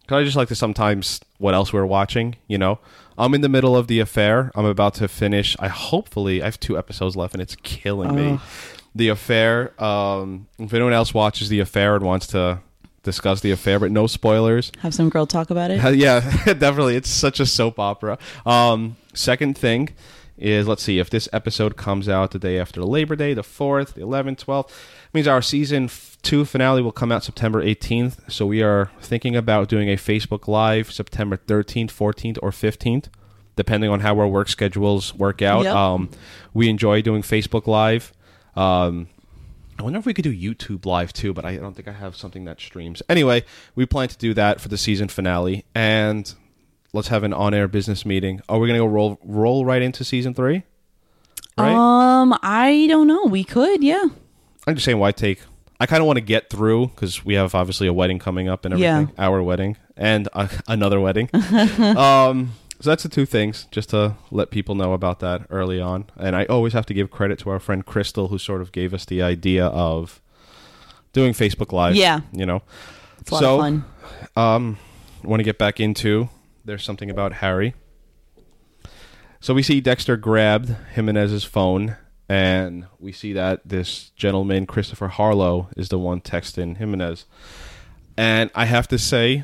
Speaker 3: Cause I just like to sometimes what else we're watching, you know. I'm in the middle of the affair. I'm about to finish. I hopefully I have two episodes left, and it's killing me. The affair. Um, if anyone else watches the affair and wants to discuss the affair, but no spoilers.
Speaker 2: Have some girl talk about it.
Speaker 3: Uh, yeah, definitely. It's such a soap opera. Um, second thing is let's see if this episode comes out the day after Labor Day, the fourth, the eleventh, twelfth. Means our season f- two finale will come out September eighteenth. So we are thinking about doing a Facebook Live September thirteenth, fourteenth, or fifteenth. depending on how our work schedules work out.
Speaker 2: Yep.
Speaker 3: Um, we enjoy doing Facebook Live. Um, I wonder if we could do YouTube Live too, but I don't think I have something that streams. Anyway, we plan to do that for the season finale, and let's have an on-air business meeting. Are we gonna go roll roll right into season three? Right.
Speaker 2: Um, I don't know. We could, yeah.
Speaker 3: I'm just saying, why take? I kind of want to get through because we have obviously a wedding coming up and
Speaker 2: Yeah.
Speaker 3: everything. Our wedding and uh, another wedding. um, so that's the two things, just to let people know about that early on. And I always have to give credit to our friend Crystal, who sort of gave us the idea of doing Facebook Live.
Speaker 2: Yeah.
Speaker 3: You know?
Speaker 2: It's a lot
Speaker 3: so,
Speaker 2: of fun.
Speaker 3: want to get back into. There's something about Harry. So we see Dexter grabbed Jimenez's phone, and we see that this gentleman, Christopher Harlow, is the one texting Jimenez. And I have to say,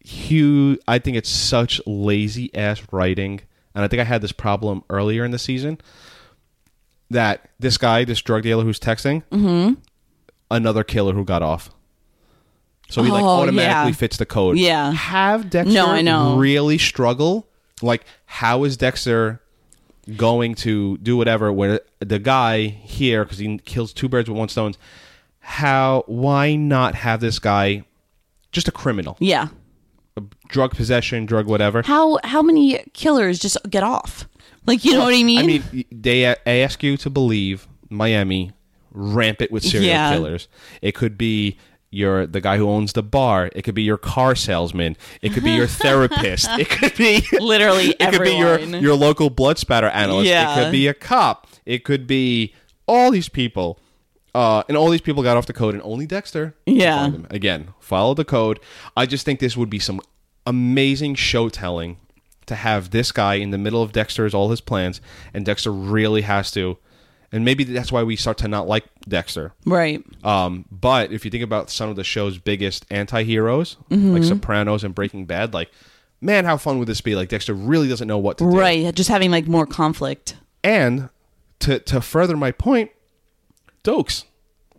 Speaker 3: Hugh, I think it's such lazy ass writing. And I think I had this problem earlier in the season that this guy, this drug dealer who's texting,
Speaker 2: Mm-hmm.
Speaker 3: another killer who got off. So he like
Speaker 2: Oh,
Speaker 3: automatically
Speaker 2: yeah.
Speaker 3: fits the code.
Speaker 2: Yeah.
Speaker 3: Have Dexter
Speaker 2: No, I know.
Speaker 3: really struggle. Like, how is Dexter going to do whatever where the guy here because he kills two birds with one stone how why not have this guy just a criminal
Speaker 2: Yeah.
Speaker 3: drug possession drug whatever
Speaker 2: How how many killers just get off? Like you know what I mean?
Speaker 3: i mean they a- ask you to believe miami rampant with serial
Speaker 2: Yeah.
Speaker 3: killers it could be your the guy who owns the bar it could be your car salesman it could be your therapist it could be
Speaker 2: literally
Speaker 3: it could be your
Speaker 2: everyone.
Speaker 3: your local blood spatter analyst. It
Speaker 2: Yeah.
Speaker 3: could be a cop. It could be all these people. Uh, and all these people got off the code, and only Dexter. could
Speaker 2: Yeah.
Speaker 3: find them. Again, follow the code. I just think this would be some amazing show telling to have this guy in the middle of Dexter's all his plans, and Dexter really has to. And maybe that's why we start to not like Dexter.
Speaker 2: right.
Speaker 3: Um, but if you think about some of the show's biggest anti-heroes,
Speaker 2: Mm-hmm.
Speaker 3: like Sopranos and Breaking Bad, like, man, how fun would this be? Like Dexter really doesn't know what to do.
Speaker 2: Right. Just having like more conflict.
Speaker 3: And to to further my point, Dokes.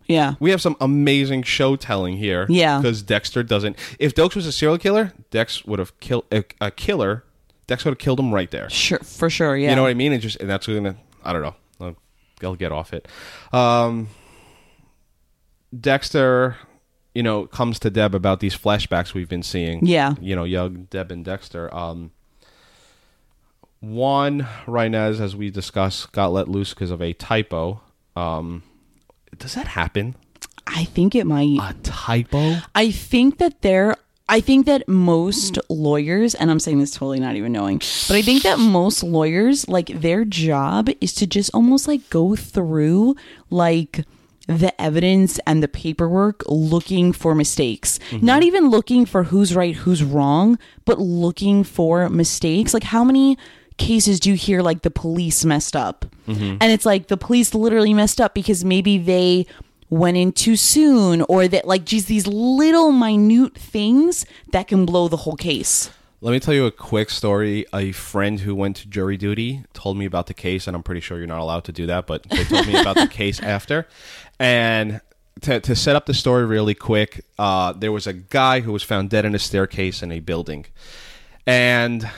Speaker 2: Yeah.
Speaker 3: We have some amazing show telling here.
Speaker 2: Yeah.
Speaker 3: Because Dexter doesn't if Dokes was a serial killer, Dex would have killed a, a killer, Dex would have killed him right there.
Speaker 2: Sure for sure, yeah.
Speaker 3: You know what I mean? And just and that's gonna I don't know. I'll, I'll get off it. Um, Dexter, you know, comes to Deb about these flashbacks we've been seeing.
Speaker 2: Yeah.
Speaker 3: You know, young Deb and Dexter. Um, Juan Rhinez, as we discussed, got let loose because of a typo. Um, does that happen?
Speaker 2: I think it might
Speaker 3: A typo?
Speaker 2: I think that there I think that most lawyers and I'm saying this totally not even knowing, but I think that most lawyers like their job is to just almost like go through like the evidence and the paperwork looking for mistakes. Not even looking for who's right, who's wrong, but looking for mistakes. Like how many cases do you hear like the police messed up? And it's like the police literally messed up because maybe they went in too soon or that like geez these little minute things that can blow the whole case
Speaker 3: Let me tell you a quick story. A friend who went to jury duty told me about the case, and I'm pretty sure you're not allowed to do that, but they told me about the case after. And to, to set up the story really quick, uh, there was a guy who was found dead in a staircase in a building. And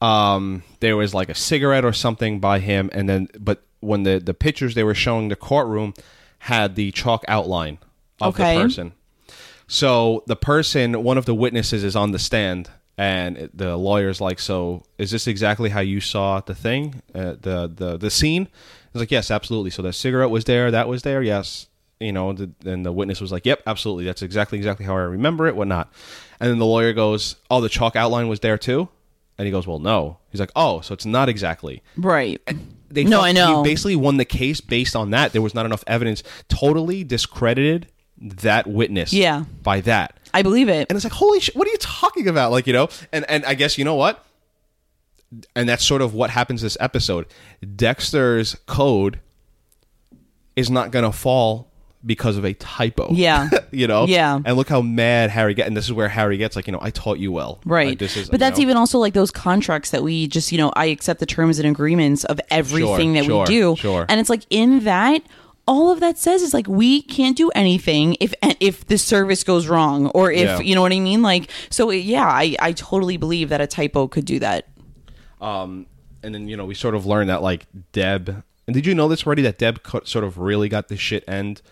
Speaker 3: um, there was like a cigarette or something by him. And then, but when the, the pictures they were showing the courtroom had the chalk outline of
Speaker 2: Okay.
Speaker 3: the person. So the person, one of the witnesses, is on the stand, and it- the lawyer's like, "So is this exactly how you saw the thing, uh, the the the scene?" He's like, "Yes, absolutely." So the cigarette was there, that was there, yes. You know, the, and the witness was like, "Yep, absolutely. That's exactly exactly how I remember it, whatnot." And then the lawyer goes, "Oh, the chalk outline was there too," and he goes, "Well, no." He's like, "Oh, so it's not exactly."
Speaker 2: right
Speaker 3: They
Speaker 2: No,
Speaker 3: thought
Speaker 2: I know.
Speaker 3: He basically won the case based on that. There was not enough evidence. Totally discredited that witness.
Speaker 2: Yeah.
Speaker 3: By that.
Speaker 2: i believe it
Speaker 3: And it's like, holy shit, what are you talking about? Like, you know, and and I guess you know what? And that's sort of what happens this episode. Dexter's code is not going to fall because of a typo.
Speaker 2: Yeah.
Speaker 3: you know?
Speaker 2: Yeah.
Speaker 3: And look how mad Harry gets. And this is where Harry gets like, you know, I taught you well.
Speaker 2: right
Speaker 3: Like, this is,
Speaker 2: but
Speaker 3: you
Speaker 2: that's
Speaker 3: know.
Speaker 2: even also like those contracts that we just you know i accept the terms and agreements of everything that
Speaker 3: sure,
Speaker 2: we do
Speaker 3: sure.
Speaker 2: and it's like in that all of that says is like we can't do anything if if the service goes wrong or if
Speaker 3: Yeah.
Speaker 2: you know what i mean like so yeah i i totally believe that a typo could do that
Speaker 3: Um, and then you know we sort of learned that like Deb. And did you know this already? That Deb co- sort of really got the shit end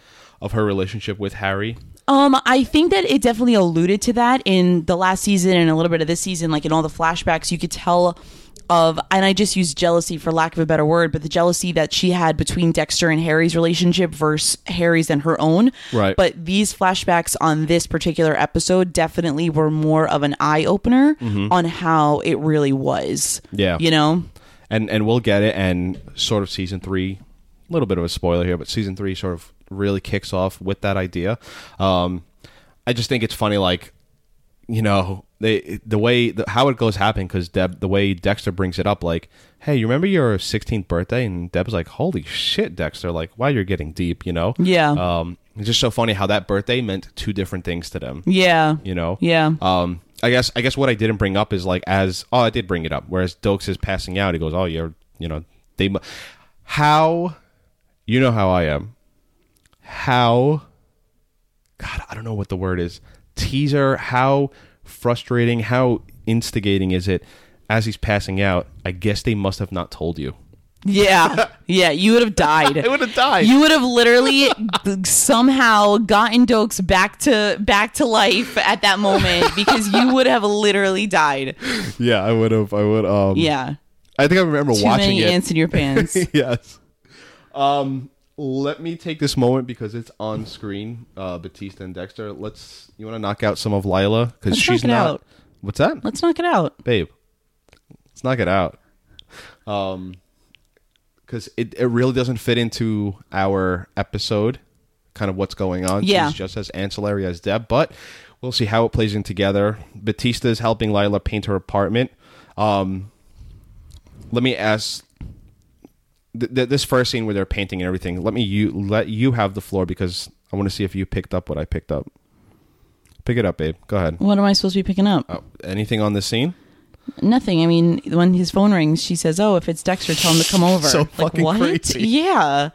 Speaker 3: of her relationship with Harry.
Speaker 2: Um, I think that it definitely alluded to that in the last season and a little bit of this season, like in all the flashbacks, you could tell of, and I just use jealousy for lack of a better word, but the jealousy that she had between Dexter and Harry's relationship versus Harry's and her own.
Speaker 3: Right.
Speaker 2: But these flashbacks on this particular episode definitely were more of an eye opener on how it really was.
Speaker 3: Mm-hmm. Yeah.
Speaker 2: You know?
Speaker 3: and and we'll get it and sort of season three a little bit of a spoiler here but season three sort of really kicks off with that idea um i just think it's funny like you know they the way the, how it goes happen because deb the way dexter brings it up like hey you remember your 16th birthday and deb's like holy shit dexter like wow you're getting deep you know
Speaker 2: Yeah.
Speaker 3: um it's just so funny how that birthday meant two different things to them
Speaker 2: Yeah.
Speaker 3: you know
Speaker 2: Yeah.
Speaker 3: um i guess i guess what i didn't bring up is like as oh i did bring it up whereas dokes is passing out he goes oh you're you know they mu- how you know how i am how god i don't know what the word is teaser how frustrating how instigating is it as he's passing out i guess they must have not told you
Speaker 2: Yeah, yeah, you would have died.
Speaker 3: I would have died.
Speaker 2: You would have literally somehow gotten Dokes back to back to life at that moment because you would have literally died.
Speaker 3: yeah i would have i would um
Speaker 2: Yeah,
Speaker 3: i think i remember
Speaker 2: too many ants in your pants.
Speaker 3: yes. Um, let me take this moment because it's on screen. Uh, Batista and Dexter. Let's. You want to knock out some of Lila because
Speaker 2: Let's knock
Speaker 3: she's
Speaker 2: it
Speaker 3: not.
Speaker 2: out.
Speaker 3: What's that,
Speaker 2: Let's knock it out.
Speaker 3: babe? Let's knock it out. Um, because it it really doesn't fit into our episode. Kind of what's going on.
Speaker 2: Yeah.
Speaker 3: She's just as ancillary as Deb, but we'll see how it plays in together. Batista is helping Lila paint her apartment. Um, let me ask th- th- this first scene where they're painting and everything. Let me you let you have the floor because I want to see if you picked up what I picked up. Pick it up, babe. Go ahead.
Speaker 2: What am I supposed to be picking up?
Speaker 3: Anything on this scene?
Speaker 2: Nothing. I mean, when his phone rings, she says, "Oh, if it's Dexter, tell him to come over."
Speaker 3: So fucking crazy.
Speaker 2: Yeah,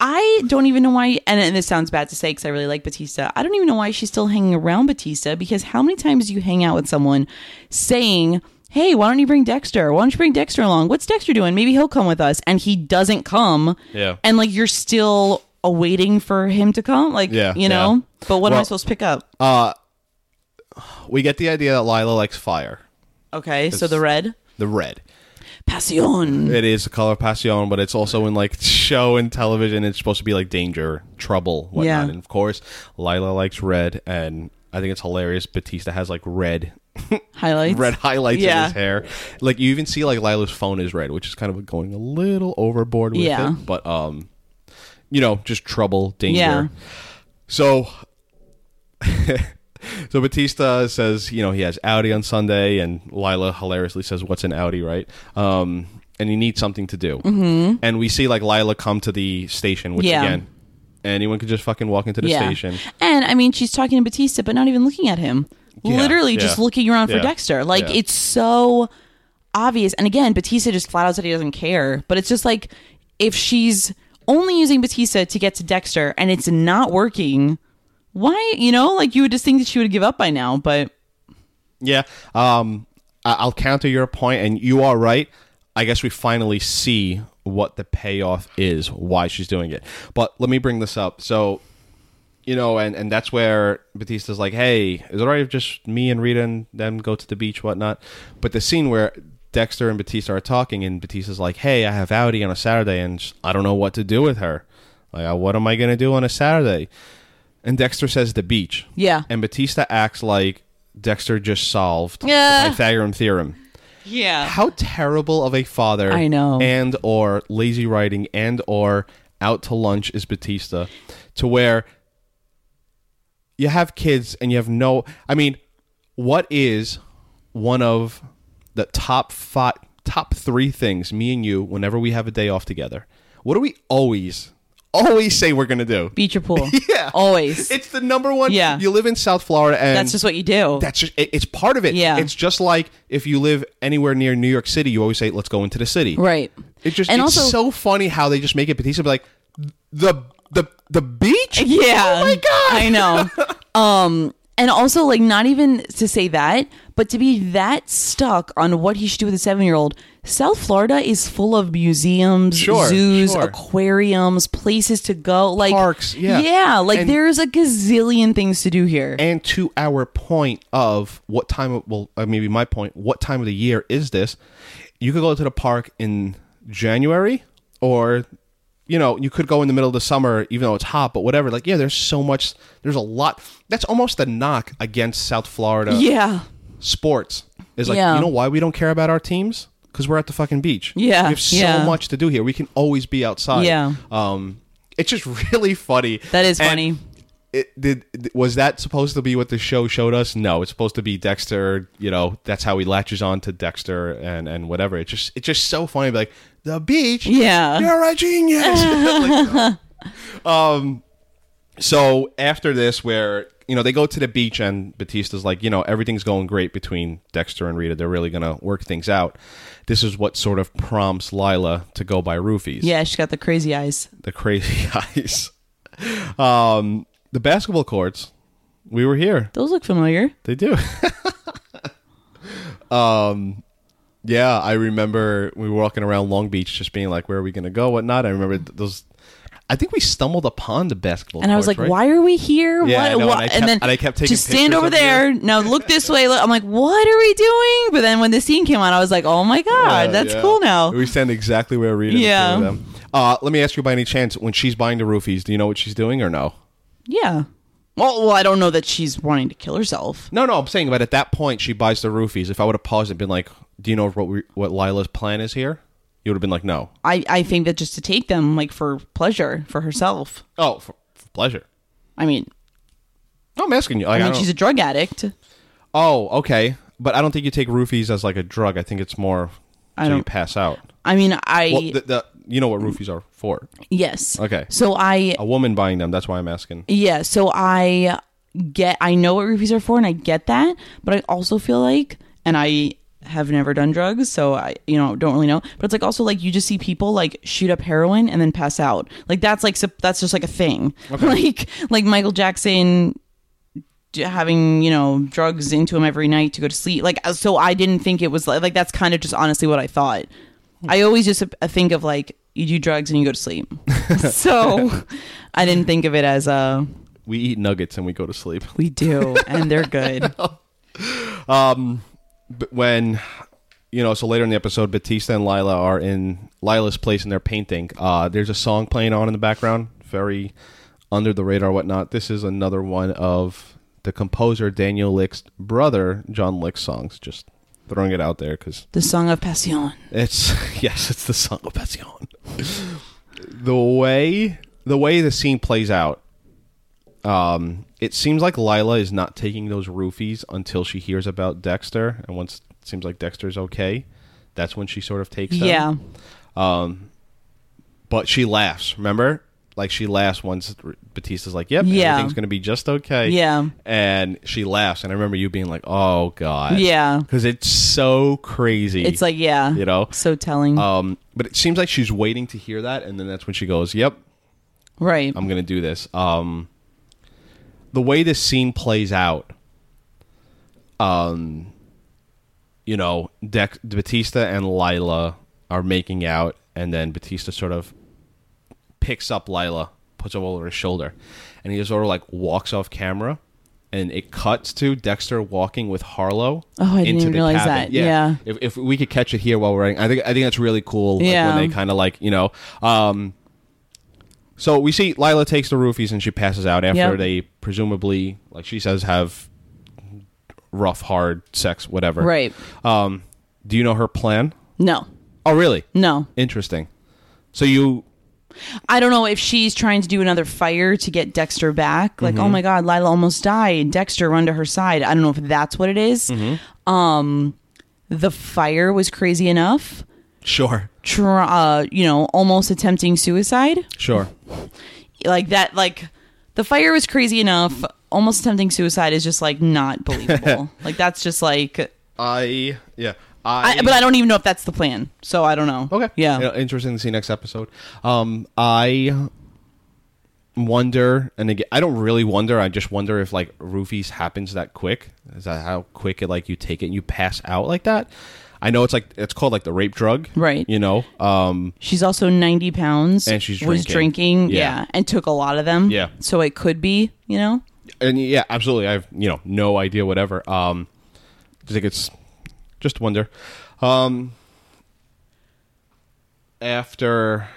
Speaker 2: I don't even know why. And, and this sounds bad to say because I really like Batista. I don't even know why she's still hanging around Batista because how many times do you hang out with someone saying, "Hey, why don't you bring Dexter? Why don't you bring Dexter along? What's Dexter doing? Maybe he'll come with us." And he doesn't come.
Speaker 3: Yeah.
Speaker 2: And like you're still waiting for him to come. Like
Speaker 3: Yeah,
Speaker 2: you know.
Speaker 3: yeah.
Speaker 2: But what am I
Speaker 3: Well- uh,
Speaker 2: supposed to pick up?
Speaker 3: We get the idea that Lila likes fire,
Speaker 2: okay, so the red
Speaker 3: the red.
Speaker 2: passion.
Speaker 3: It is the color of passion, but it's also in like show and television. It's supposed to be like danger, trouble, whatnot.
Speaker 2: Yeah.
Speaker 3: And of course, Lila likes red, and I think it's hilarious. Batista has like red
Speaker 2: Highlights.
Speaker 3: red highlights in
Speaker 2: Yeah.
Speaker 3: his hair. Like you even see like Lila's phone is red, which is kind of going a little overboard with
Speaker 2: Yeah.
Speaker 3: it. But um, you know, just trouble, danger.
Speaker 2: Yeah.
Speaker 3: So, so Batista says, you know, he has Audi on Sunday, and Lila hilariously says, "What's an Audi?" Right. Um, and he needs something to do, mm-hmm. and we see like Lila come to the station, which
Speaker 2: Yeah.
Speaker 3: again. Anyone could just fucking walk into the station.
Speaker 2: And I mean, she's talking to Batista, but not even looking at him.
Speaker 3: Yeah,
Speaker 2: Literally just
Speaker 3: yeah,
Speaker 2: looking around
Speaker 3: yeah,
Speaker 2: for Dexter. Like
Speaker 3: yeah.
Speaker 2: it's so obvious. And again, Batista just flat out said he doesn't care. But it's just like if she's only using Batista to get to Dexter and it's not working, why? You know, like you would just think that she would give up by now. But
Speaker 3: Yeah. Um, I- I'll counter your point, and you are right. I guess we finally see what the payoff is, why she's doing it. But let me bring this up. So, you know, and, and that's where Batista's like, hey, is it all right if just me and Rita and them go to the beach, whatnot? But the scene where Dexter and Batista are talking, and Batista's like, hey, I have Audi on a Saturday, and sh- I don't know what to do with her. Like, uh, what am I going to do on a Saturday? And Dexter says the beach.
Speaker 2: Yeah.
Speaker 3: And Batista acts like Dexter just solved
Speaker 2: Yeah.
Speaker 3: the Pythagorean theorem.
Speaker 2: yeah.
Speaker 3: How terrible of a father
Speaker 2: I know.
Speaker 3: and or lazy writing and or out to lunch is Batista to where you have kids and you have no I mean, what is one of the top five top three things me and you whenever we have a day off together? What do we always always say we're gonna do?
Speaker 2: Beach or pool.
Speaker 3: Yeah.
Speaker 2: Always.
Speaker 3: It's the number one.
Speaker 2: Yeah.
Speaker 3: You live in South Florida, and
Speaker 2: That's just what you do.
Speaker 3: That's just it, it's part of it.
Speaker 2: Yeah.
Speaker 3: It's just like if you live anywhere near New York City, you always say, "Let's go into the city."
Speaker 2: right.
Speaker 3: It's just
Speaker 2: And
Speaker 3: it's
Speaker 2: also-
Speaker 3: so funny how they just make it Batista be like the the the beach.
Speaker 2: Yeah.
Speaker 3: Oh my Oh god.
Speaker 2: I know. Um And also, like, not even to say that, but to be that stuck on what he should do with a seven year old. South Florida is full of museums,
Speaker 3: Sure,
Speaker 2: zoos,
Speaker 3: sure.
Speaker 2: aquariums, places to go, like
Speaker 3: Parks, yeah.
Speaker 2: like
Speaker 3: And-
Speaker 2: there's a gazillion things to do here.
Speaker 3: and to our point of what time of well uh, maybe my point what time of the year is this you could go to the park in january or you know you could go in the middle of the summer even though it's hot but whatever like yeah there's so much there's a lot that's almost a knock against south florida
Speaker 2: yeah,
Speaker 3: sports is like
Speaker 2: Yeah.
Speaker 3: you know why we don't care about our teams because we're at the fucking beach
Speaker 2: Yeah,
Speaker 3: we have so
Speaker 2: yeah.
Speaker 3: much to do here we can always be outside
Speaker 2: Yeah.
Speaker 3: um it's just really funny
Speaker 2: that is
Speaker 3: And
Speaker 2: funny.
Speaker 3: it did was that supposed to be what the show showed us no it's supposed to be dexter you know that's how he latches on to dexter and and whatever it's just it's just so funny like the beach
Speaker 2: Yeah.
Speaker 3: you're a genius Like, um so after this where you know they go to the beach and batista's like you know everything's going great between dexter and rita they're really gonna work things out this is what sort of prompts lila to go by roofies
Speaker 2: Yeah, she's got the crazy eyes.
Speaker 3: the crazy eyes. Um, the basketball courts. We were here.
Speaker 2: Those look familiar.
Speaker 3: They do. um, yeah, I remember we were walking around Long Beach, just being like, "Where are we going to go? What not?" I remember th- those. I think we stumbled upon the basketball.
Speaker 2: And I was
Speaker 3: courts,
Speaker 2: like,
Speaker 3: right?
Speaker 2: "Why are we here?
Speaker 3: Yeah, I
Speaker 2: what?
Speaker 3: know,
Speaker 2: what?"
Speaker 3: and I kept- and I kept taking
Speaker 2: just stand
Speaker 3: pictures
Speaker 2: over
Speaker 3: of
Speaker 2: there. Now look this way. Look. I'm like, "What are we doing?" But then when the scene came on, I was like, "Oh my god,
Speaker 3: Yeah,
Speaker 2: that's
Speaker 3: yeah.
Speaker 2: cool now."
Speaker 3: We stand exactly where Rita.
Speaker 2: Yeah.
Speaker 3: Yeah. Them. Uh, let me ask you by any chance when she's buying the roofies, do you know what she's doing or no?
Speaker 2: yeah. Well, well, I don't know that she's wanting to kill herself.
Speaker 3: No, no, I'm saying, but at that point, she buys the roofies. If I would have paused and been like, "Do you know what we, what Lila's plan is here?" You would have been like, "No."
Speaker 2: I, I think that just to take them like for pleasure for herself.
Speaker 3: Oh, for, for pleasure.
Speaker 2: I mean,
Speaker 3: No, I'm asking you. Like,
Speaker 2: I
Speaker 3: I
Speaker 2: mean,
Speaker 3: don't-
Speaker 2: she's a drug addict.
Speaker 3: oh, okay, but I don't think you take roofies as like a drug. I think it's more
Speaker 2: I
Speaker 3: so you
Speaker 2: don't-
Speaker 3: pass out.
Speaker 2: I mean, I
Speaker 3: Well, the, the you know what roofies are for?
Speaker 2: yes.
Speaker 3: Okay.
Speaker 2: So I
Speaker 3: A woman buying them. That's why I'm asking.
Speaker 2: yeah. So I get. I know what rupees are for, and I get that. But I also feel like, and I have never done drugs, so I you know don't really know. But it's like also like you just see people like shoot up heroin and then pass out. Like that's like sup- that's just like a thing. Like like Michael Jackson d- having you know drugs into him every night to go to sleep like uh, so i didn't think it was like, like that's kind of just honestly what i thought i always just uh, think of like you do drugs and you go to sleep so i didn't think of it as a
Speaker 3: We eat nuggets and we go to sleep.
Speaker 2: we do and they're good
Speaker 3: But when you know, so later in the episode, Batista and Lila are in Lila's place and they're painting. Uh, there's a song playing on in the background, very under the radar, whatnot. This is another one of the composer Daniel Lick's brother, John Lick's songs. Just throwing it out there because
Speaker 2: the song of passion
Speaker 3: it's yes, it's the song of Passion. the way the way the scene plays out, um, it seems like Lila is not taking those roofies until she hears about Dexter, and once it seems like Dexter's okay, that's when she sort of takes them.
Speaker 2: yeah
Speaker 3: But she laughs. Remember, like she laughs once Batista's like, "Yep,
Speaker 2: Yeah.
Speaker 3: everything's gonna be just okay."
Speaker 2: Yeah.
Speaker 3: and she laughs, and I remember you being like, "Oh god,"
Speaker 2: Yeah.
Speaker 3: because it's so crazy.
Speaker 2: it's like yeah
Speaker 3: you know,
Speaker 2: so telling
Speaker 3: um, but it seems like she's waiting to hear that, and then that's when she goes, "Yep,
Speaker 2: right
Speaker 3: I'm gonna do this." Um, the way this scene plays out, um, you know, Dex Batista and Lila are making out, and then Batista sort of picks up Lila, puts her over his shoulder, and he just sort of like walks off camera. And it cuts to Dexter walking with Harlow.
Speaker 2: Oh, I didn't
Speaker 3: into
Speaker 2: even
Speaker 3: the
Speaker 2: realize
Speaker 3: cabin.
Speaker 2: that. Yeah.
Speaker 3: If, if we could catch it here while we're writing, I think I think that's really cool. Like
Speaker 2: Yeah.
Speaker 3: when they kind of like you know. Um, so we see Lila takes the roofies and she passes out after
Speaker 2: Yep.
Speaker 3: they presumably, like she says, have rough, hard sex, whatever.
Speaker 2: right
Speaker 3: Um, do you know her plan?
Speaker 2: no
Speaker 3: Oh, really?
Speaker 2: no
Speaker 3: Interesting. So you
Speaker 2: I don't know if she's trying to do another fire to get Dexter back. Like,
Speaker 3: Mm-hmm.
Speaker 2: oh my God, Lila almost died. Dexter run to her side. I don't know if that's what it is.
Speaker 3: Mm-hmm.
Speaker 2: Um, the fire was crazy enough.
Speaker 3: sure,
Speaker 2: Tr- uh, you know, almost attempting suicide
Speaker 3: sure.
Speaker 2: like that. Like the fire was crazy enough. Almost attempting suicide is just like not believable. like that's just like.
Speaker 3: I yeah.
Speaker 2: I, but I don't even know if that's the plan. So I don't know.
Speaker 3: Okay.
Speaker 2: Yeah.
Speaker 3: Interesting to see next episode. Um, I wonder, and again, I don't really wonder. I just wonder if like roofies happens that quick. Is that how quick it like you take it and you pass out like that? I know it's like it's called like the rape drug,
Speaker 2: Right.
Speaker 3: You know, um,
Speaker 2: She's also 90 pounds.
Speaker 3: And she's
Speaker 2: was
Speaker 3: drinking.
Speaker 2: drinking.
Speaker 3: Yeah.
Speaker 2: yeah. And took a lot of them.
Speaker 3: Yeah.
Speaker 2: So it could be, you know?
Speaker 3: and yeah, absolutely. I've you know no idea whatever. Um, I think it's just wonder. Um, after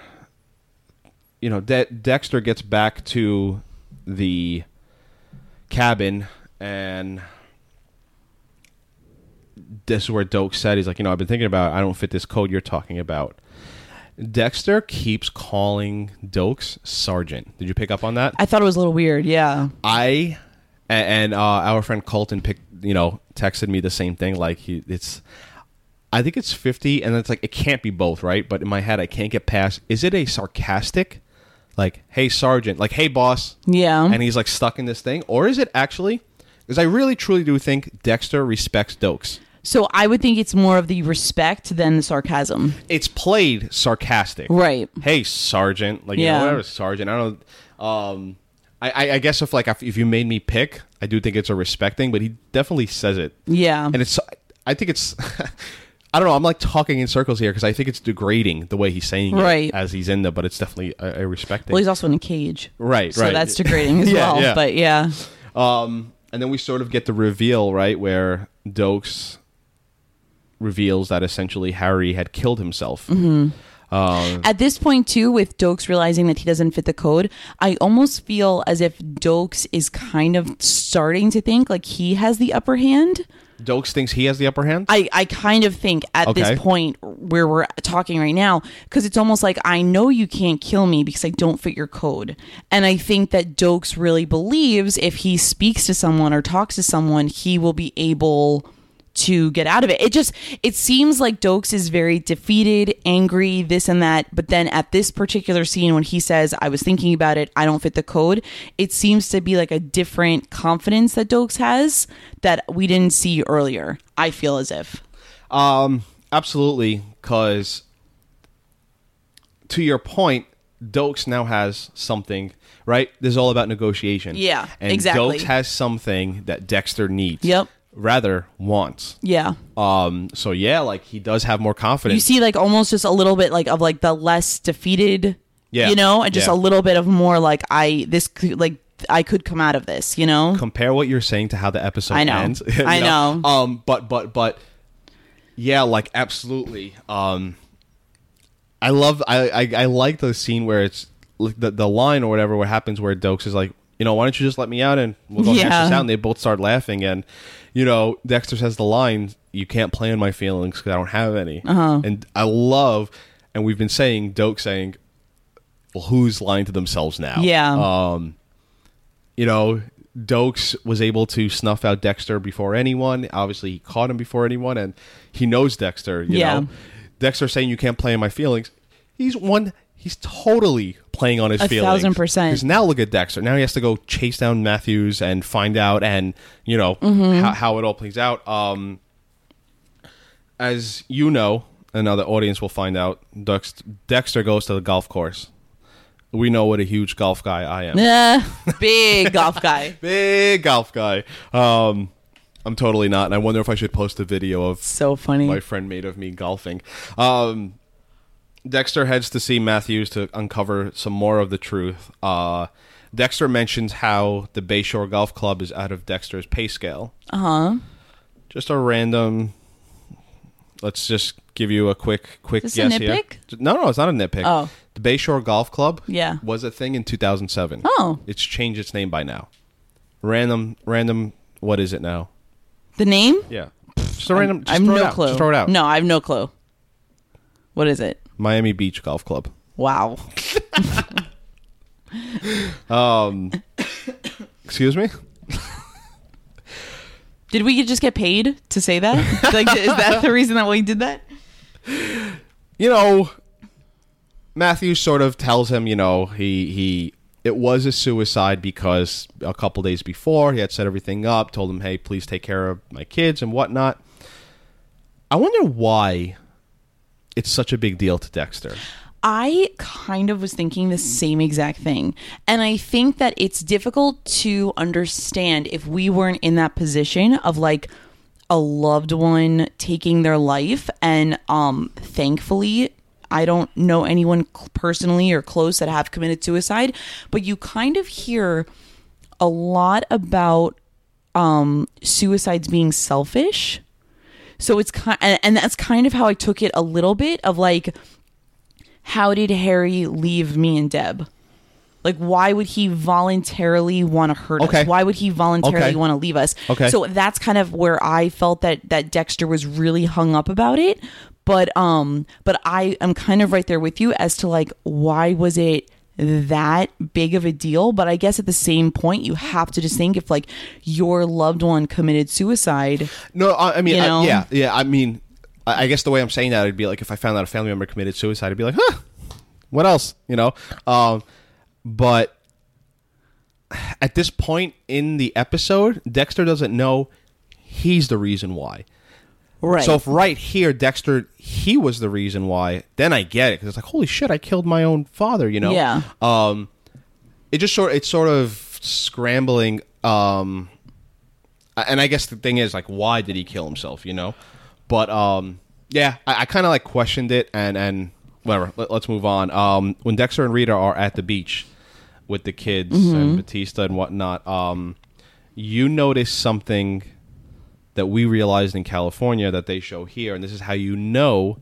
Speaker 3: you know, De- Dexter gets back to the cabin, and this is where Doak said he's like, you know, I've been thinking about. it. I don't fit this code you're talking about. Dexter keeps calling Dokes Sergeant. Did you pick up on that?
Speaker 2: I thought it was a little weird. Yeah.
Speaker 3: I a- and uh, our friend Colton picked, you know, texted me the same thing. Like he, it's, I think it's fifty, and it's like it can't be both, right? But in my head, I can't get past. Is it a sarcastic, like, hey sergeant, like, hey boss,
Speaker 2: Yeah.
Speaker 3: and he's like stuck in this thing, or is it actually? Because I really truly do think Dexter respects Dokes.
Speaker 2: So I would think it's more of the respect than the sarcasm.
Speaker 3: It's played sarcastic,
Speaker 2: Right.
Speaker 3: Hey sergeant, like you know,
Speaker 2: Yeah.
Speaker 3: whatever sergeant. I don't. Um, I, I, I guess if like if, if you made me pick, I do think it's a respect thing, but he definitely says it.
Speaker 2: Yeah.
Speaker 3: and it's i think it's i don't know i'm like talking in circles here because i think it's degrading the way he's saying
Speaker 2: Right.
Speaker 3: it as he's in there but it's definitely i, I respect it
Speaker 2: well, he's also in a cage.
Speaker 3: Right,
Speaker 2: So
Speaker 3: right.
Speaker 2: that's degrading as
Speaker 3: Yeah,
Speaker 2: well.
Speaker 3: yeah.
Speaker 2: But yeah.
Speaker 3: and then we sort of get the reveal right where dokes reveals that essentially harry had killed himself
Speaker 2: Mm-hmm. At this point, too, with Dokes realizing that he doesn't fit the code, I almost feel as if Dokes is kind of starting to think like he has the upper hand.
Speaker 3: dokes thinks he has the upper hand
Speaker 2: I, I kind of think at
Speaker 3: Okay.
Speaker 2: this point where we're talking right now, because it's almost like I know you can't kill me because I don't fit your code. And I think that Dokes really believes if he speaks to someone or talks to someone, he will be able to get out of it. It just it seems like Dokes is very defeated, angry, this and that, but then at this particular scene when he says I was thinking about it, I don't fit the code, it seems to be like a different confidence that Dokes has that we didn't see earlier. I feel as if.
Speaker 3: Um, absolutely, because to your point, Dokes now has something, right? This is all about negotiation.
Speaker 2: Yeah,
Speaker 3: and
Speaker 2: exactly.
Speaker 3: Dokes has something that Dexter needs.
Speaker 2: Yep.
Speaker 3: Rather wants.
Speaker 2: Yeah.
Speaker 3: Um. So yeah, like he does have more confidence.
Speaker 2: You see like almost just a little bit like of like the less defeated
Speaker 3: Yeah.
Speaker 2: you know, and just
Speaker 3: Yeah.
Speaker 2: a little bit of more like I this could like I could come out of this, you know?
Speaker 3: compare what you're saying to how the episode
Speaker 2: I know.
Speaker 3: ends.
Speaker 2: I know.
Speaker 3: Um, but but but yeah, like absolutely. Um, I love I I, I like the scene where it's like, the the line or whatever what happens where Dokes is like. You know, why don't you just let me out and we'll go hash
Speaker 2: Yeah.
Speaker 3: this out? And they both start laughing. And, you know, Dexter says the line, you can't play on my feelings because I don't have any. Uh-huh. And I love, and we've been saying, Doke saying, well, who's lying to themselves now?
Speaker 2: Yeah.
Speaker 3: Oh. you know, Dokes was able to snuff out Dexter before anyone. Obviously, he caught him before anyone, and he knows Dexter. You
Speaker 2: Yeah.
Speaker 3: know, Dexter saying you can't play in my feelings. He's one. He's totally playing on his
Speaker 2: A
Speaker 3: feelings.
Speaker 2: thousand percent.
Speaker 3: 'Cause now look at Dexter. Now he has to go chase down Matthews and find out, and you know
Speaker 2: Mm-hmm.
Speaker 3: how, how it all plays out. Um, as you know, and now the audience will find out. Dex- Dexter goes to the golf course. We know what a huge golf guy I am
Speaker 2: Uh, big golf guy.
Speaker 3: big golf guy. Um, I'm totally not, and I wonder if I should post a video of
Speaker 2: So funny.
Speaker 3: my friend made of me golfing. Um, Dexter heads to see Matthews to uncover some more of the truth. Uh, Dexter mentions how the Bayshore Golf Club is out of Dexter's pay scale. Uh huh.
Speaker 2: Uh-huh.
Speaker 3: Just a random. Let's just give you a quick, quick
Speaker 2: Is this a
Speaker 3: guess here.
Speaker 2: nitpick?
Speaker 3: No, no, it's not a nitpick.
Speaker 2: Oh.
Speaker 3: the Bayshore Golf Club,
Speaker 2: Yeah.
Speaker 3: was a thing in 2007.
Speaker 2: Oh.
Speaker 3: it's changed its name by now. Random, random. What is it now?
Speaker 2: The name?
Speaker 3: Yeah, just a random. just
Speaker 2: I have
Speaker 3: throw it
Speaker 2: no
Speaker 3: out.
Speaker 2: clue.
Speaker 3: Just throw it out.
Speaker 2: No, I have no clue. What is it?
Speaker 3: Miami Beach Golf Club.
Speaker 2: Wow.
Speaker 3: Excuse me?
Speaker 2: Did we just get paid to say that? Like, is that the reason that we did that?
Speaker 3: You know, Matthew sort of tells him, you know, he he it was a suicide because a couple days before he had set everything up, told him, "Hey, please take care of my kids and whatnot." I wonder why it's such a big deal to Dexter.
Speaker 2: I kind of was thinking the same exact thing. And I think that it's difficult to understand if we weren't in that position of like a loved one taking their life and um thankfully I don't know anyone cl- personally or close that have committed suicide, but you kind of hear a lot about um suicides being selfish. So it's kind and, and that's kind of how I took it a little bit of like how did Harry leave me and Deb? Like why would he voluntarily want to hurt
Speaker 3: Okay.
Speaker 2: us? Why would he voluntarily
Speaker 3: Okay.
Speaker 2: want to leave us?
Speaker 3: Okay.
Speaker 2: So that's kind of where I felt that that Dexter was really hung up about it. But um but I am kind of right there with you as to like why was it that big of a deal? But I guess at the same point you have to just think if like your loved one committed suicide.
Speaker 3: No, I, I mean,
Speaker 2: You
Speaker 3: I-
Speaker 2: know?
Speaker 3: yeah, yeah. I mean, I, I guess the way I'm saying that, it'd be like if I found out a family member committed suicide, I'd be like, huh, what else? You know. Um, but at this point in the episode, Dexter doesn't know he's the reason why.
Speaker 2: Right.
Speaker 3: So if right here, Dexter, he was the reason why, then I get it because it's like, holy shit, I killed my own father. You know.
Speaker 2: Yeah.
Speaker 3: Um, it just sort it's sort of scrambling. Um, and I guess the thing is like, why did he kill himself? You know, but um, yeah, I, I kind of like questioned it and and whatever. Let, us move on. Um, when Dexter and Rita are at the beach with the kids and Batista and whatnot, um, you notice something that we realized in California that they show here, and this is how you know